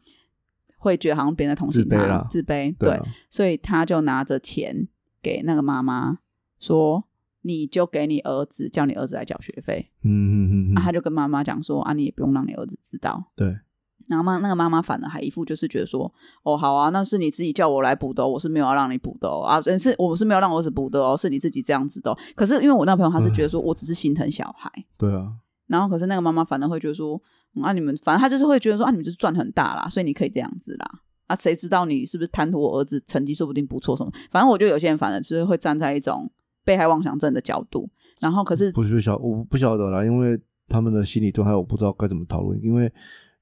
[SPEAKER 2] 会觉得好像别人在同情
[SPEAKER 1] 自卑
[SPEAKER 2] 他，
[SPEAKER 1] 啦
[SPEAKER 2] 自卑，
[SPEAKER 1] 对
[SPEAKER 2] 对，
[SPEAKER 1] 啊
[SPEAKER 2] 所以他就拿着钱给那个妈妈说：“你就给你儿子，叫你儿子来缴学费。
[SPEAKER 1] 嗯嗯嗯嗯
[SPEAKER 2] 啊，他就跟妈妈讲说：“啊，你也不用让你儿子知道。
[SPEAKER 1] 对，”
[SPEAKER 2] 然后妈那个妈妈反而还一副就是觉得说：“哦，好啊，那是你自己叫我来补的哦、我是没有要让你补的哦、啊，真是我是没有让我儿子补的哦，是你自己这样子的哦、可是因为我那朋友他是
[SPEAKER 1] 嗯
[SPEAKER 2] 觉得说我只是心疼小孩，
[SPEAKER 1] 对啊，
[SPEAKER 2] 然后可是那个妈妈反而会觉得说，嗯、啊你们反正她就是会觉得说啊你们就是赚很大啦，所以你可以这样子啦。啊，谁知道你是不是贪图我儿子成绩说不定不错什么？反正我觉得有些人反而就是会站在一种被害妄想症的角度，然后可是
[SPEAKER 1] 嗯不是不晓我不晓得啦，因为他们的心理状态我不知道该怎么讨论，因为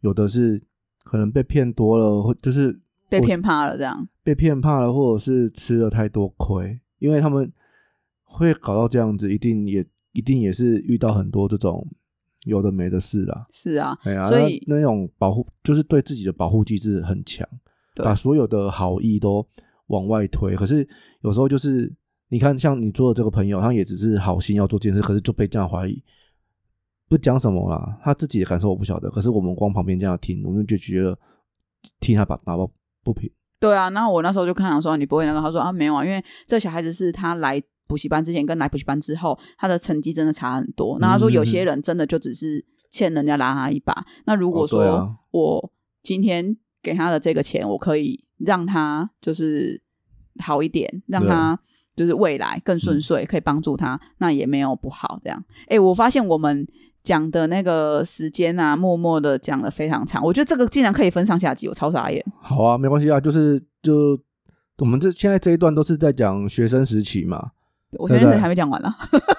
[SPEAKER 1] 有的是可能被骗多了，或就是
[SPEAKER 2] 被骗怕了这样。
[SPEAKER 1] 被骗怕了，或者是吃了太多亏，因为他们会搞到这样子，一定也一定也是遇到很多这种有的没的事啦。
[SPEAKER 2] 是啊，
[SPEAKER 1] 哎呀，
[SPEAKER 2] 所以
[SPEAKER 1] 那那种保护就是对自己的保护机制很强，
[SPEAKER 2] 对
[SPEAKER 1] 把所有的好意都往外推。可是有时候就是你看，像你做的这个朋友，他也只是好心要做这件事，可是就被这样怀疑。不讲什么啦，他自己的感受我不晓得。可是我们光旁边这样听，我们就觉得替他把打抱不平。
[SPEAKER 2] 对啊。然后我那时候就看想说你不会那个，他说啊没有啊，因为这小孩子是他来补习班之前跟来补习班之后，他的成绩真的差很多。那他说有
[SPEAKER 1] 嗯
[SPEAKER 2] 些人真的就只是欠人家拉他一把。那如果
[SPEAKER 1] 哦对啊
[SPEAKER 2] 说我今天给他的这个钱，我可以让他就是好一点，让
[SPEAKER 1] 对嗯啊
[SPEAKER 2] 他就是未来更顺遂，可以帮助他，那也没有不好。这样，哎，我发现我们。讲的那个时间啊，默默的讲的非常长，我觉得这个竟然可以分上下集，我超傻眼。
[SPEAKER 1] 好啊，没关系啊，就是就我们这现在这一段都是在讲学生时期嘛。
[SPEAKER 2] 我现
[SPEAKER 1] 对不
[SPEAKER 2] 在
[SPEAKER 1] 对
[SPEAKER 2] 还没讲完啦。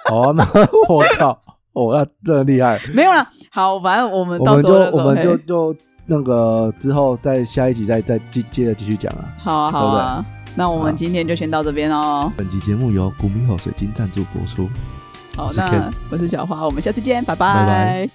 [SPEAKER 1] 好啊，那 [laughs] 我靠，哦，那真的厉害。 [laughs]
[SPEAKER 2] 没有啦，好，反正我们
[SPEAKER 1] 我
[SPEAKER 2] 到
[SPEAKER 1] 们
[SPEAKER 2] 时
[SPEAKER 1] 就
[SPEAKER 2] 候那个
[SPEAKER 1] 我们就
[SPEAKER 2] 嘿
[SPEAKER 1] 就那个之后再下一集再再接接着继续讲啊。
[SPEAKER 2] 好啊，好啊，那我
[SPEAKER 1] 好
[SPEAKER 2] 们今天就先到这边哦。
[SPEAKER 1] 本集节目由古米吼水晶赞助播出。
[SPEAKER 2] 好
[SPEAKER 1] 我，是 Ken
[SPEAKER 2] 那我是小花，我们下次见，拜
[SPEAKER 1] 拜拜